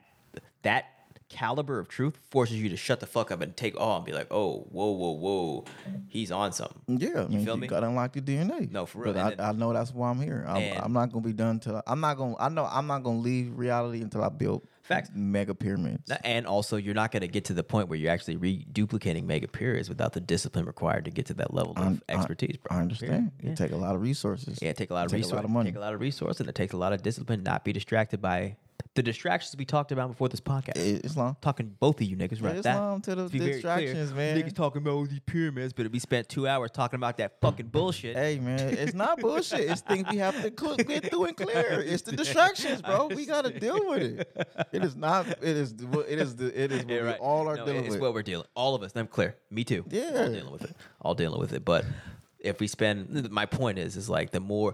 D: that caliber of truth forces you to shut the fuck up and take awe and be like, "Oh, whoa, whoa, whoa, he's on something."
B: Yeah, I mean, you,
D: feel me?
B: gotta unlock the DNA.
D: No, for real,
B: But I,
D: and then-
B: I know that's why I'm here. I'm,
D: And-
B: I'm not gonna be done till I'm not gonna. I know I'm not gonna leave reality until I build
D: Facts.
B: mega pyramids.
D: Th- And also, you're not going to get to the point where you're actually reduplicating mega periods without the discipline required to get to that level of
B: I-
D: expertise. bro.
B: I understand.
D: Period.
B: It take a lot of resources.
D: Yeah, it take a lot of
B: take
D: resources.
B: a lot of money.
D: Take a lot of resources, and it takes a lot of discipline. Not be distracted by the distractions we talked about before this podcast.
B: It- it's long.
D: talking both of you niggas right
B: it's
D: now.
B: long to the
D: be very clear,
B: distractions, man.
D: Niggas talking about all these pyramids, but we spent two hours talking about that fucking bullshit.
B: Hey man, it's not bullshit. It's things we have to cl- get through and clear. It's the distractions, bro. We gotta deal with it. It is not. It is. the- It is. The, it is what
D: Yeah,
B: we
D: right.
B: all are
D: No, it-
B: dealing
D: it's
B: with.
D: what we're dealing. All of us. I'm clear. Me too.
B: Yeah.
D: all dealing with it. All dealing with it. But if we spend, my point is, is like the more,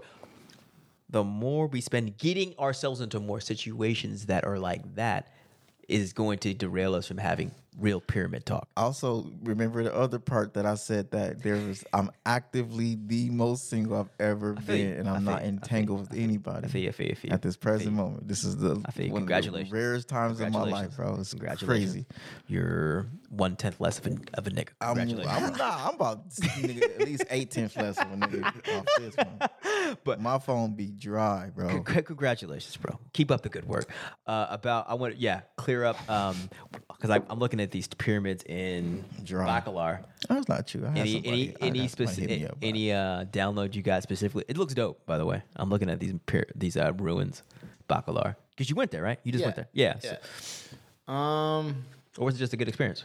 D: the more we spend getting ourselves into more situations that are like that, is going to derail us from having real pyramid talk.
B: also remember the other part that I said that there was I'm actively the most single I've ever
D: feel you.
B: been, and
D: I
B: I'm not
D: feel you. I feel you.
B: entangled with anybody
D: I feel you, I feel you, I feel you.
B: at this present moment. This is the
D: I feel you.
B: one
D: Congratulations.
B: of the rarest times in my life, bro. It's crazy.
D: You're one tenth less of a, of a nigga.
B: I'm,
D: Congratulations.
B: I'm nah, I'm about nigga, at least eight tenths less of a nigga off this one. But my phone be dry, bro.
D: Con- congratulations, bro. Keep up the good work. Uh, about I want to yeah clear up um because I'm, I'm looking at these pyramids in
B: Dry.
D: Bacalar.
B: That's not true. I had
D: Any
B: somebody, Oh, I
D: any any
B: had somebody hit me
D: specific
B: up, bro.
D: any uh download you got specifically? It looks dope, by the way. I'm looking at these pyra- these uh, ruins, Bacalar. Because you went there, right? You just went there, yeah. so-
C: Um,
D: or was it just a good experience?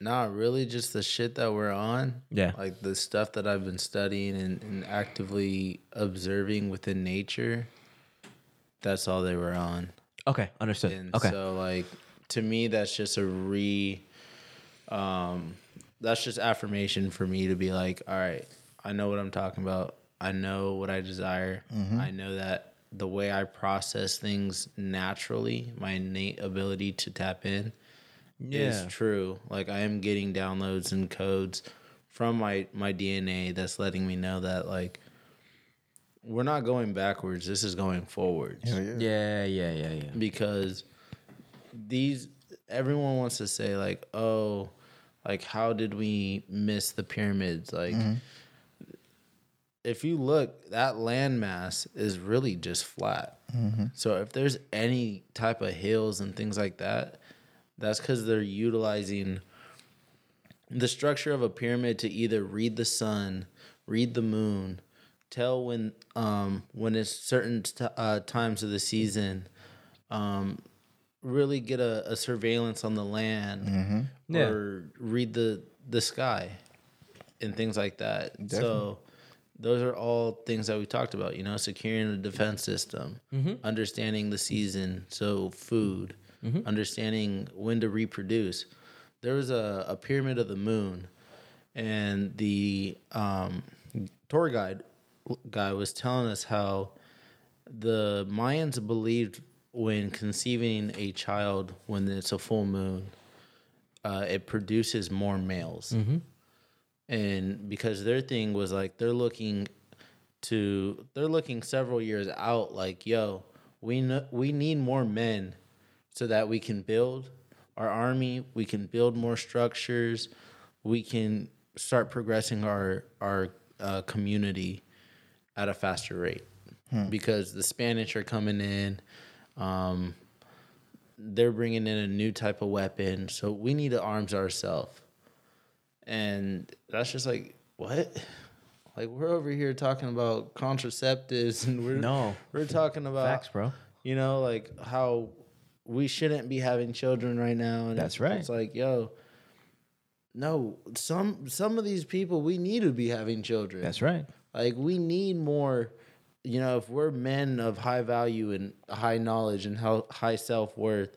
C: not really just the shit that we're on.
D: Yeah.
C: Like the stuff that I've been studying and, and actively observing within nature. That's all they were on.
D: Okay, understood.
C: And
D: okay,
C: so like to me that's just a re um that's just affirmation for me to be like, all right, I know what I'm talking about. I know what I desire. I know that the way I process things naturally, my innate ability to tap in is true. Like I am getting downloads and codes from my my DNA that's letting me know that like we're not going backwards. This is going forwards
B: Hell yeah.
D: yeah, yeah, yeah, yeah.
C: because these everyone wants to say like oh like how did we miss the pyramids like if you look that landmass is really just flat so if there's any type of hills and things like that that's because they're utilizing the structure of a pyramid to either read the sun, read the moon, tell when um when it's certain t- uh, times of the season, um, really get a, a surveillance on the land
D: Yeah.
C: or read the the sky and things like that. So those are all things that we talked about, you know, securing the defense system, understanding the season, so food, understanding when to reproduce. There was a, a pyramid of the moon, and the um, tour guide guy was telling us how the Mayans believed when conceiving a child when it's a full moon, uh, it produces more males and because their thing was like they're looking to they're looking several years out like yo we know, we need more men so that we can build our army we can build more structures we can start progressing our our uh, community at a faster rate
D: Hmm.
C: because the spanish are coming in um, they're bringing in a new type of weapon so we need to arms ourselves and that's just like what like we're over here talking about contraceptives and we're
D: No.
C: we're talking about
D: Facts, bro.
C: you know like how we shouldn't be having children right now and
D: That's
C: it's-
D: right.
C: it's like yo no some some of these people we need to be having children
D: That's right.
C: like we need more, you know, if we're men of high value and high knowledge and how high self worth,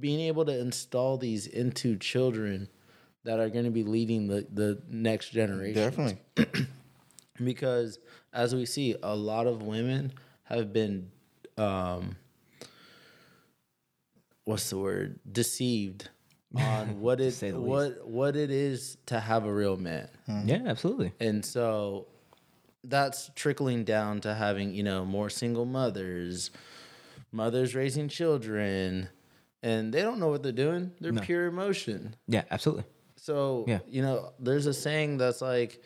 C: being able to install these into children that are going to be leading the, the next generation.
B: Definitely.
C: Because as we see, a lot of women have been, um, what's the word, deceived on what it
D: Say the
C: what what it is to have a real man.
B: Mm-hmm.
D: Yeah, absolutely.
C: And so that's trickling down to having, you know, more single mothers, mothers raising children, and they don't know what they're doing. They're pure emotion.
D: Yeah, absolutely.
C: So,
D: Yeah.
C: you know, there's a saying that's like,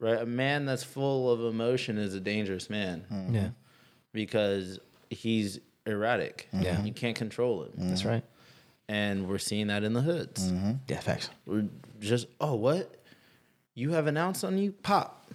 C: right, a man that's full of emotion is a dangerous man
B: Mm-hmm.
D: Yeah,
C: because he's erratic.
D: Yeah. Hmm.
C: You can't control him.
D: that's right. Mm-hmm.
C: And we're seeing that in the hoods.
D: Yeah, facts.
C: We're just, oh, what? You have an ounce on you? Pop.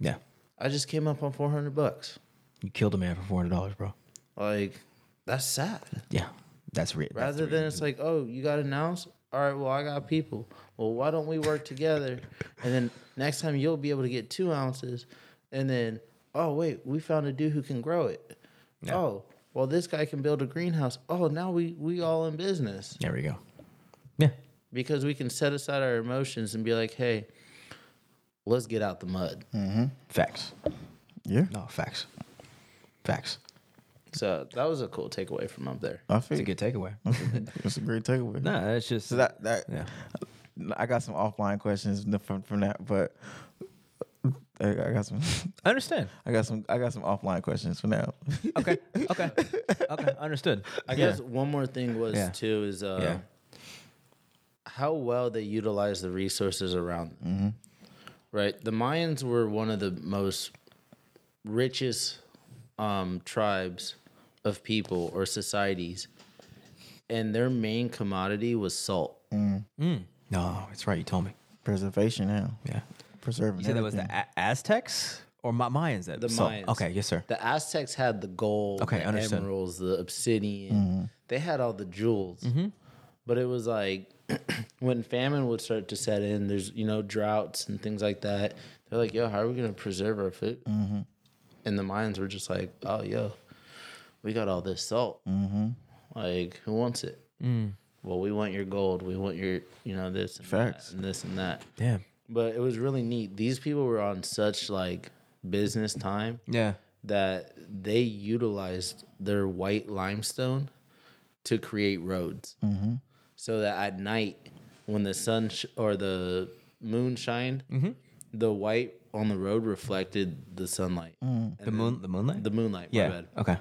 D: Yeah,
C: I just came up on 400 bucks.
D: you killed a man for four hundred dollars, bro.
C: Like, that's sad.
D: Yeah, that's real.
C: Rather than it's like, oh, you got an ounce? All right, well, I got people. Well, why don't we work together? and then next time you'll be able to get two ounces. And then, oh, wait, we found a dude who can grow it. Oh, well, this guy can build a greenhouse. Oh, now we, we all in business
D: there we go. Yeah,
C: because we can set aside our emotions and be like, hey, let's get out the mud.
D: facts.
B: Yeah.
D: No, facts. Facts.
C: So that was a cool takeaway from up there.
B: I
D: It's a
B: feel
D: good takeaway.
B: it's a great takeaway.
D: no, that's just
B: So that that
D: Yeah.
B: I got some offline questions from from that, but I I got some
D: I understand.
B: I got some I got some offline questions for now.
D: Okay. Okay. okay. Understood.
C: I guess one more thing was
D: Yeah.
C: too is uh, how well they utilize the resources around them.
D: Mm-hmm.
C: Right, the Mayans were one of the most richest um, tribes of people or societies, and their main commodity was salt.
D: No, it's right. You told me.
B: Preservation now.
D: Yeah.
B: Preserving.
D: You said that was the
B: everything.
D: A- Aztecs or Ma- Mm-hmm. Mayans. That
C: The
D: so-
C: Mayans.
D: Okay. Yes, sir.
C: The Aztecs had the gold,
D: Okay,
C: the
D: understood.
C: emeralds, the obsidian. They had all the jewels.
D: Mm-hmm.
C: But it was like when famine would start to set in, there's, you know, droughts and things like that. They're like, yo, how are we going to preserve our food? And the Mayans were just like, oh, yo, we got all this salt. Like, who wants it?
D: Mm.
C: Well, we want your gold. We want your, you know, this and
B: Facts.
C: that and this and that.
D: Yeah.
C: But it was really neat. These people were on such like business time
D: Yeah.
C: that they utilized their white limestone to create roads so that at night when the sun sh- or the moon shined the white on the road reflected the sunlight
D: The moon. The moonlight.
C: the moonlight my
D: yeah.
C: bad.
D: Okay.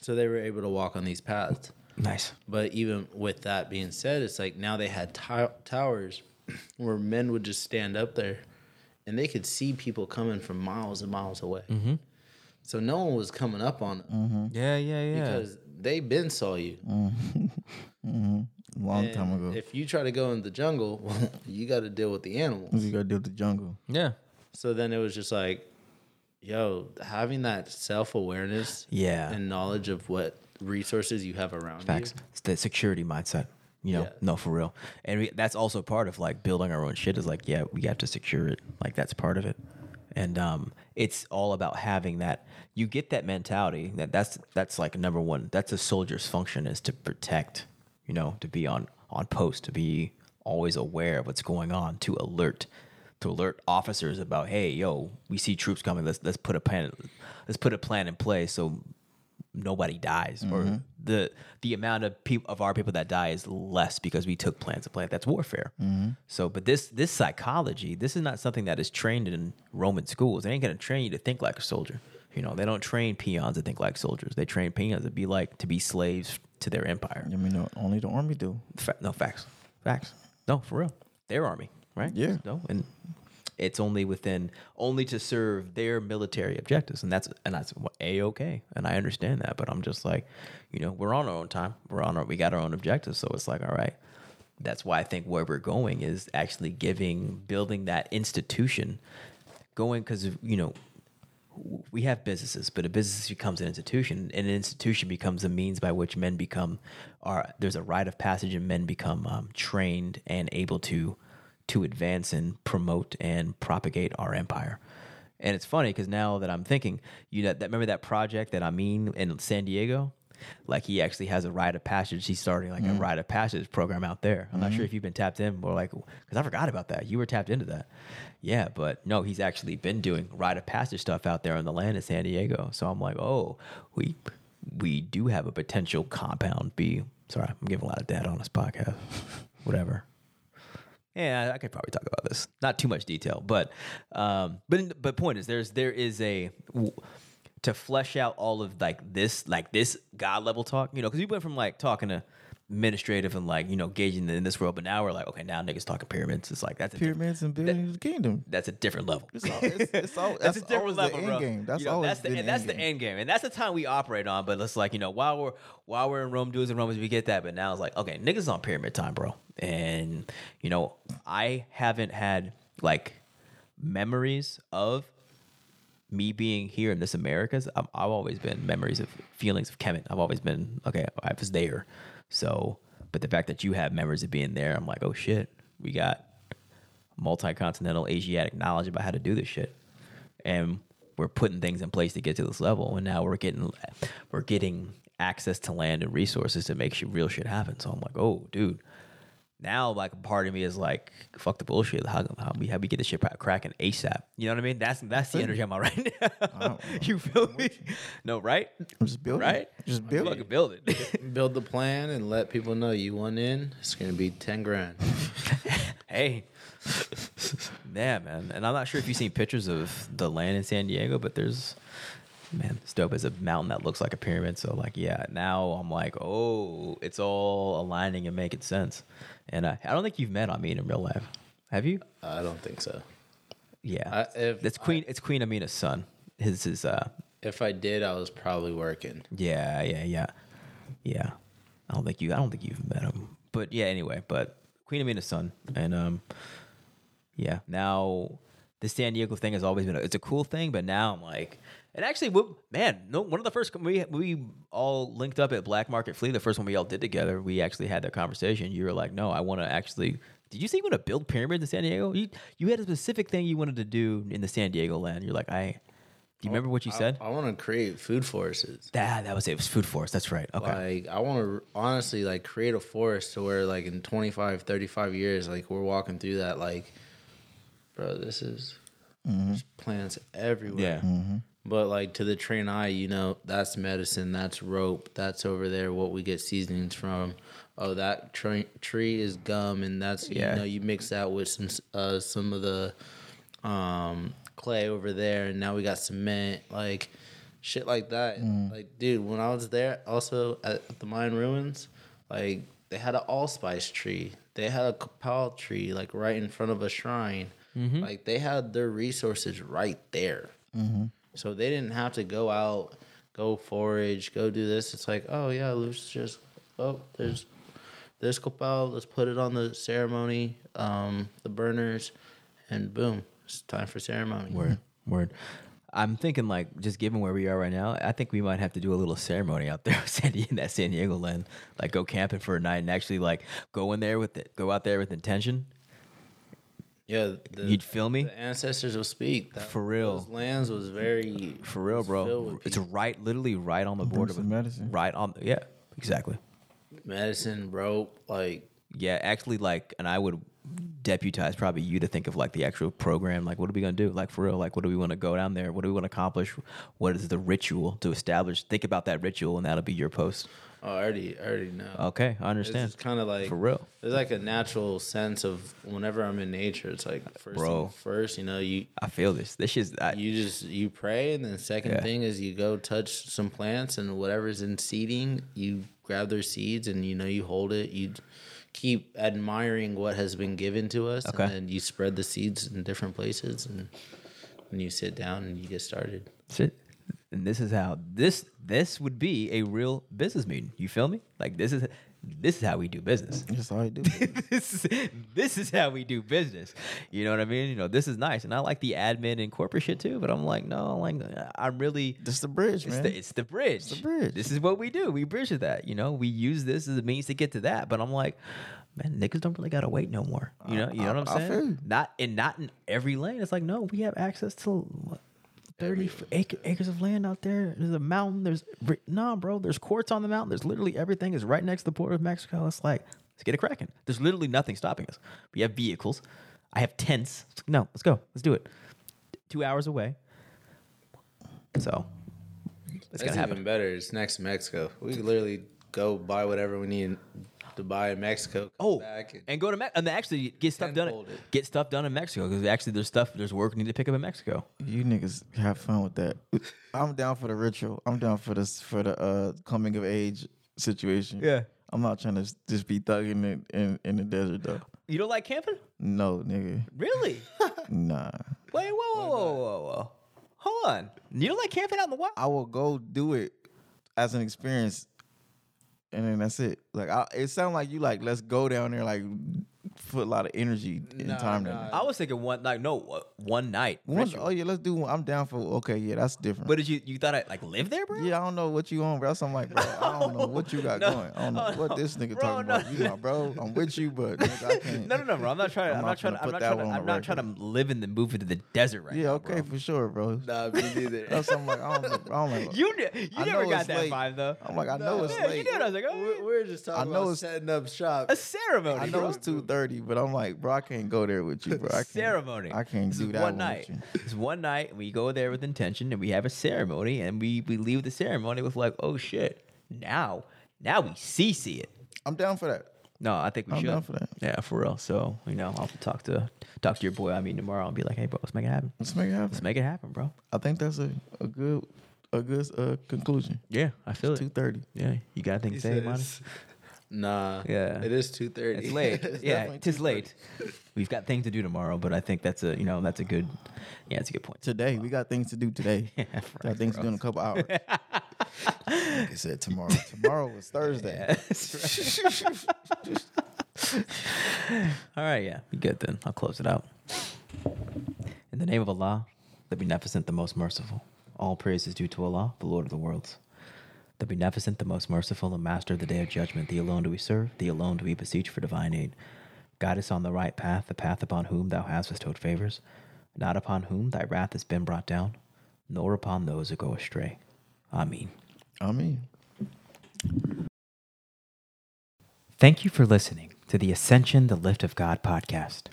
C: so they were able to walk on these paths
D: Nice.
C: but even with that being said it's like now they had tow- towers where men would just stand up there and they could see people coming from miles and miles away
D: Mm-hmm.
C: so no one was coming up on them
D: Yeah. Yeah. Mm-hmm. Yeah.
C: because they been saw you.
B: long time
C: And
B: ago.
C: If you try to go in the jungle, well, you got to deal with the
D: Mm-hmm.
C: animals.
B: you gotta deal with the jungle.
D: yeah.
C: So then it was just like, yo, having that self awareness,
D: Yeah.
C: and knowledge of what resources you have around
D: Facts.
C: you.
D: It's the security mindset. You know,
C: Yeah.
D: no, for real. And we, that's also part of like building our own shit is like, yeah, we have to secure it. Like that's part of it. And um, it's all about having that. You get that mentality that that's that's like number one. That's a soldier's function is to protect. You know, to be on on post, to be always aware of what's going on, to alert, to alert officers about, hey, yo, we see troops coming. Let's let's put a plan. Let's put a plan in place so nobody dies or the the amount of people of our people that die is less because we took plans to play that's warfare so but this this psychology this is not something that is trained in roman schools they ain't gonna train you to think like a soldier you know they don't train peons to think like soldiers they train peons to be like to be slaves to their empire
B: I mean, no, only the army do.
D: Fa- no facts, facts. No, for real. Their army, right?
B: Yeah.
D: No, and it's only within only to serve their military objectives, and that's and that's a okay. And I understand that, but I'm just like, you know, we're on our own time. We're on our we got our own objectives, so it's like, all right. That's why I think where we're going is actually giving, building that institution, going because you know we have businesses, but a business becomes an institution, and an institution becomes a means by which men become are there's a rite of passage, and men become um, trained and able to to advance and promote and propagate our empire. And it's funny because now that I'm thinking, you know, that remember that project that I mean in San Diego, like he actually has a rite of passage. He's starting like a rite of passage program out there. I'm not sure if you've been tapped in, or like because I forgot about that. You were tapped into that, yeah. But no, he's actually been doing rite of passage stuff out there on the land in San Diego. So I'm like, oh, we we do have a potential compound B. Sorry, I'm giving a lot of data on this podcast. whatever. Yeah, I could probably talk about this. Not too much detail, but um, but but point is there's there is a to flesh out all of like this like this god level talk, you know, because we went from like talking to administrative and like you know gauging in this world, but now we're like okay, now niggas talking pyramids. It's like that's a diff-
B: Pyramids and buildings of the kingdom.
D: that's a different level.
B: It's all, it's, it's all, that's,
D: That's, a different
B: always
D: level,
B: the end
D: bro.
B: game. That's
D: You know,
B: always
D: that's the,
B: been
D: and that's
B: end
D: the
B: game.
D: end game, and that's the time we operate on. But it's like you know, while we're while we're in Rome, dudes in Romans, we get that. But now it's like, okay, niggas on pyramid time, bro. And you know, I haven't had like memories of me being here in this Americas. I'm, I've always been memories of feelings of Kemet. I've always been okay. I was there, so. But the fact that you have memories of being there, I'm like, oh shit, we got multi-continental Asiatic knowledge about how to do this shit, and we're putting things in place to get to this level. And now we're getting we're getting access to land and resources to make shit, real shit happen. So I'm like, oh, dude. Now, like, part of me is like, fuck the bullshit. How, how we how we get this shit cracking ASAP? You know what I mean? That's that's the energy I'm on right
B: Oh,
D: now. you feel me? No, right?
B: Just build
D: Right?
B: it. Just build
D: Fucking
B: it.
D: build it.
C: Build the plan and let people know you won in. It's gonna be ten grand.
D: hey. yeah, man. And I'm not sure if you've seen pictures of the land in San Diego, but there's man, it's dope. It's a mountain that looks like a pyramid. So like, yeah, now I'm like, oh, it's all aligning and making sense. And uh, I, I don't think you've met Amin in real life. Have you?
C: I don't think so.
D: Yeah.
C: I- if
D: it's Queen it's Queen Amina's son. His his uh
C: If I did, I was probably working.
D: Yeah, yeah, yeah, yeah. I don't think you. I don't think you've met him, but yeah. Anyway, but Queen Amina's son, and um, yeah. Now the San Diego thing has always been. A, it's a cool thing, but now I'm like, and actually, we, man, no. One of the first we we all linked up at Black Market Flea. The first one we all did together. We actually had that conversation. You were like, no, I want to actually. Did you say you want to build pyramids in San Diego? You you had a specific thing you wanted to do in the San Diego land. You're like, I. Do you remember what you said?
C: I want to create food forces.
D: That that was it. It was food force. That's right. Okay.
C: Like I want to honestly like create a forest to where like in 25, 35 years, like we're walking through that like, bro, this is there's plants everywhere.
D: yeah. Mm-hmm.
C: But like to the trained eye, you know, that's medicine, that's rope, that's over there what we get seasonings from. Oh, that tre- tree is gum, and that's
D: Yeah.
C: you know you mix that with some s- uh, some of the um, clay over there, and now we got cement, like shit like that. Like, dude, when I was there, also at the mine ruins, like they had an allspice tree, they had a capal tree, like right in front of a shrine. Like they had their resources right there. So they didn't have to go out, go forage, go do this. It's like, oh yeah, let's just oh there's there's copal. Let's put it on the ceremony, um, the burners, and boom, it's time for ceremony.
D: Word, word. I'm thinking like just given where we are right now, I think we might have to do a little ceremony out there, San Diego, in that San Diego land. Like go camping for a night and actually like go in there with it, go out there with intention.
C: Yeah, the,
D: You'd feel me?
C: The ancestors will speak. That-
D: For real.
C: those lands was very
D: For real, bro. It's
C: It's
D: right, literally right on the border
B: some
D: with-
B: medicine.
D: Right on, yeah, exactly.
C: medicine, rope, like
D: Yeah, actually, like, and I would deputize probably you to think of like the actual program. Like, what are we gonna do? Like for real? Like, what do we want to go down there? What do we want to accomplish? What is the ritual to establish? Think about that ritual, and that'll be your post.
C: oh, I already, I already know.
D: Okay, I
C: It's
D: understand.
C: just kind of like
D: For real.
C: There's like a natural sense of whenever I'm in nature, it's like first,
D: Bro.
C: thing first, you know, you
D: I feel this. This is I,
C: you just you pray and then second
D: Yeah.
C: thing is you go touch some plants and whatever's in seeding you grab their seeds and you know you hold it you keep admiring what has been given to us
D: Okay.
C: and then you spread the seeds in different places and and you sit down and you get started
D: shit. And this is how this this would be a real business meeting. You feel me? Like this is this is how we do business.
B: That's all you do.
D: this is this is how we do business. You know what I mean? You know this is nice, and I like the admin and corporate shit too. But I'm like, no, like I'm really
B: That's the bridge,
D: It's
B: man.
D: the, it's the bridge. It's
B: the bridge.
D: This is what we do. We bridge to that. You know, we use this as a means to get to that. But I'm like, man, niggas don't really gotta wait no more. You know, you know what I'm
B: I- I
D: saying?
B: feel you.
D: Not and not in every lane. It's like, no, we have access to what, 30 f- ac- acres of land out there. There's a mountain. There's ri- nah, bro. There's quartz on the mountain. There's literally everything is right next to the border of Mexico. It's like, let's get it cracking. There's literally nothing stopping us. We have vehicles. I have tents. No, let's go. Let's do it. Two hours away. So it's
C: that's
D: gonna happen.
C: even better it's next to mexico we could literally go buy whatever we need Dubai, Mexico. come
D: Oh,
C: back and-
D: and go to Me- and actually get stuff done.
C: Tenfold it.
D: Get stuff done in Mexico because actually there's stuff there's work we need to pick up in Mexico.
B: You niggas have fun with that. I'm down for the ritual. I'm down for this for the uh, coming of age situation.
D: Yeah.
B: I'm not trying to just be thugging it in, in the desert though.
D: You don't like camping?
B: No, nigga.
D: Really?
B: Nah.
D: Wait, whoa, whoa, whoa, whoa, whoa. Hold on. You don't like camping out in the wild?
B: I will go do it as an experience, and then that's it. Like I, it sounds like you like let's go down there like put a lot of energy and time. to
D: I was thinking one like no uh, one night.
B: One,
D: ritual.
B: oh yeah, let's do. one. I'm down for. Okay, yeah, that's different.
D: But did you you thought I like live there, bro?
B: yeah, I don't know what you on, bro. So I'm like, bro, I don't know what you got
D: No.
B: going. I don't know
D: Oh, no.
B: what this nigga
D: Bro,
B: talking
D: no.
B: about. You know, bro, I'm with you, but nigga, I can't.
D: No, no, no, bro. I'm not trying. I'm,
B: I'm
D: not
B: not
D: trying.
B: gonna
D: I'm
B: put
D: not
B: that
D: trying. To,
B: one on
D: I'm
B: the
D: not trying to live in the move into the desert right
B: Yeah,
D: now.
B: okay, for sure, bro.
C: Nah, me neither.
B: That's I'm like, I don't, know- I don't know.
D: You ne- you
B: I
D: never
B: know
D: got
B: it's
D: that
B: late.
D: vibe though.
B: I'm like, I know it's
D: yeah, you
B: late.
D: did. I was like, oh,
F: We're, we're just talking
B: I know
F: about
B: it's-
F: setting up shop.
D: a ceremony.
B: I know
D: bro.
B: it's two thirty, but I'm like, bro, I can't go there with you, bro. I can't,
D: ceremony.
B: I can't
D: this
B: do
D: is
B: that
D: one
B: with
D: night.
B: you.
D: It's one night. We go there with intention, and we have a ceremony, and we we leave the ceremony with like, oh shit, now now we see see it.
B: I'm down for that.
D: No, I think we
B: I'm
D: should.
B: down for that.
D: Yeah, for real. So you know, I'll talk to talk to your boy. I mean, tomorrow, and be like, hey, bro, let's make it happen.
B: Let's make it happen.
D: Let's make it happen, bro.
B: I think that's a, a good a good uh, conclusion.
D: Yeah, I feel
B: Two
D: it.
B: thirty.
D: Yeah, you got anything to say, Monty?
C: Says- Nah.
D: Yeah.
C: It is two thirty.
D: It's late. yeah,
B: definitely
D: it is late. We've got things to do tomorrow, but I think that's a you know that's a good yeah, it's a good point.
B: Today we got things to do today. got things to do in a couple hours. like I said tomorrow. Tomorrow is Thursday.
D: All right, yeah, be good then. I'll close it out. In the name of Allah, the Beneficent, the Most Merciful. All praise is due to Allah, the Lord of the worlds. The Beneficent, the Most Merciful, and Master of the Day of Judgment. The alone do we serve. The alone do we beseech for divine aid. Guide us on the right path, the path upon whom Thou hast bestowed favors, not upon whom Thy wrath has been brought down, nor upon those who go astray. Ameen.
B: I mean.
D: Thank you for listening to the Ascension, the Lift of God podcast.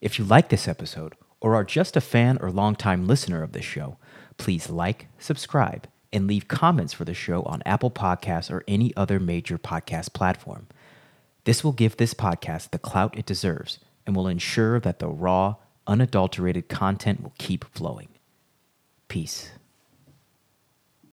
D: If you like this episode or are just a fan or longtime listener of this show, please like, subscribe, and leave comments for the show on Apple Podcasts or any other major podcast platform. This will give this podcast the clout it deserves and will ensure that the raw, unadulterated content will keep flowing. Peace.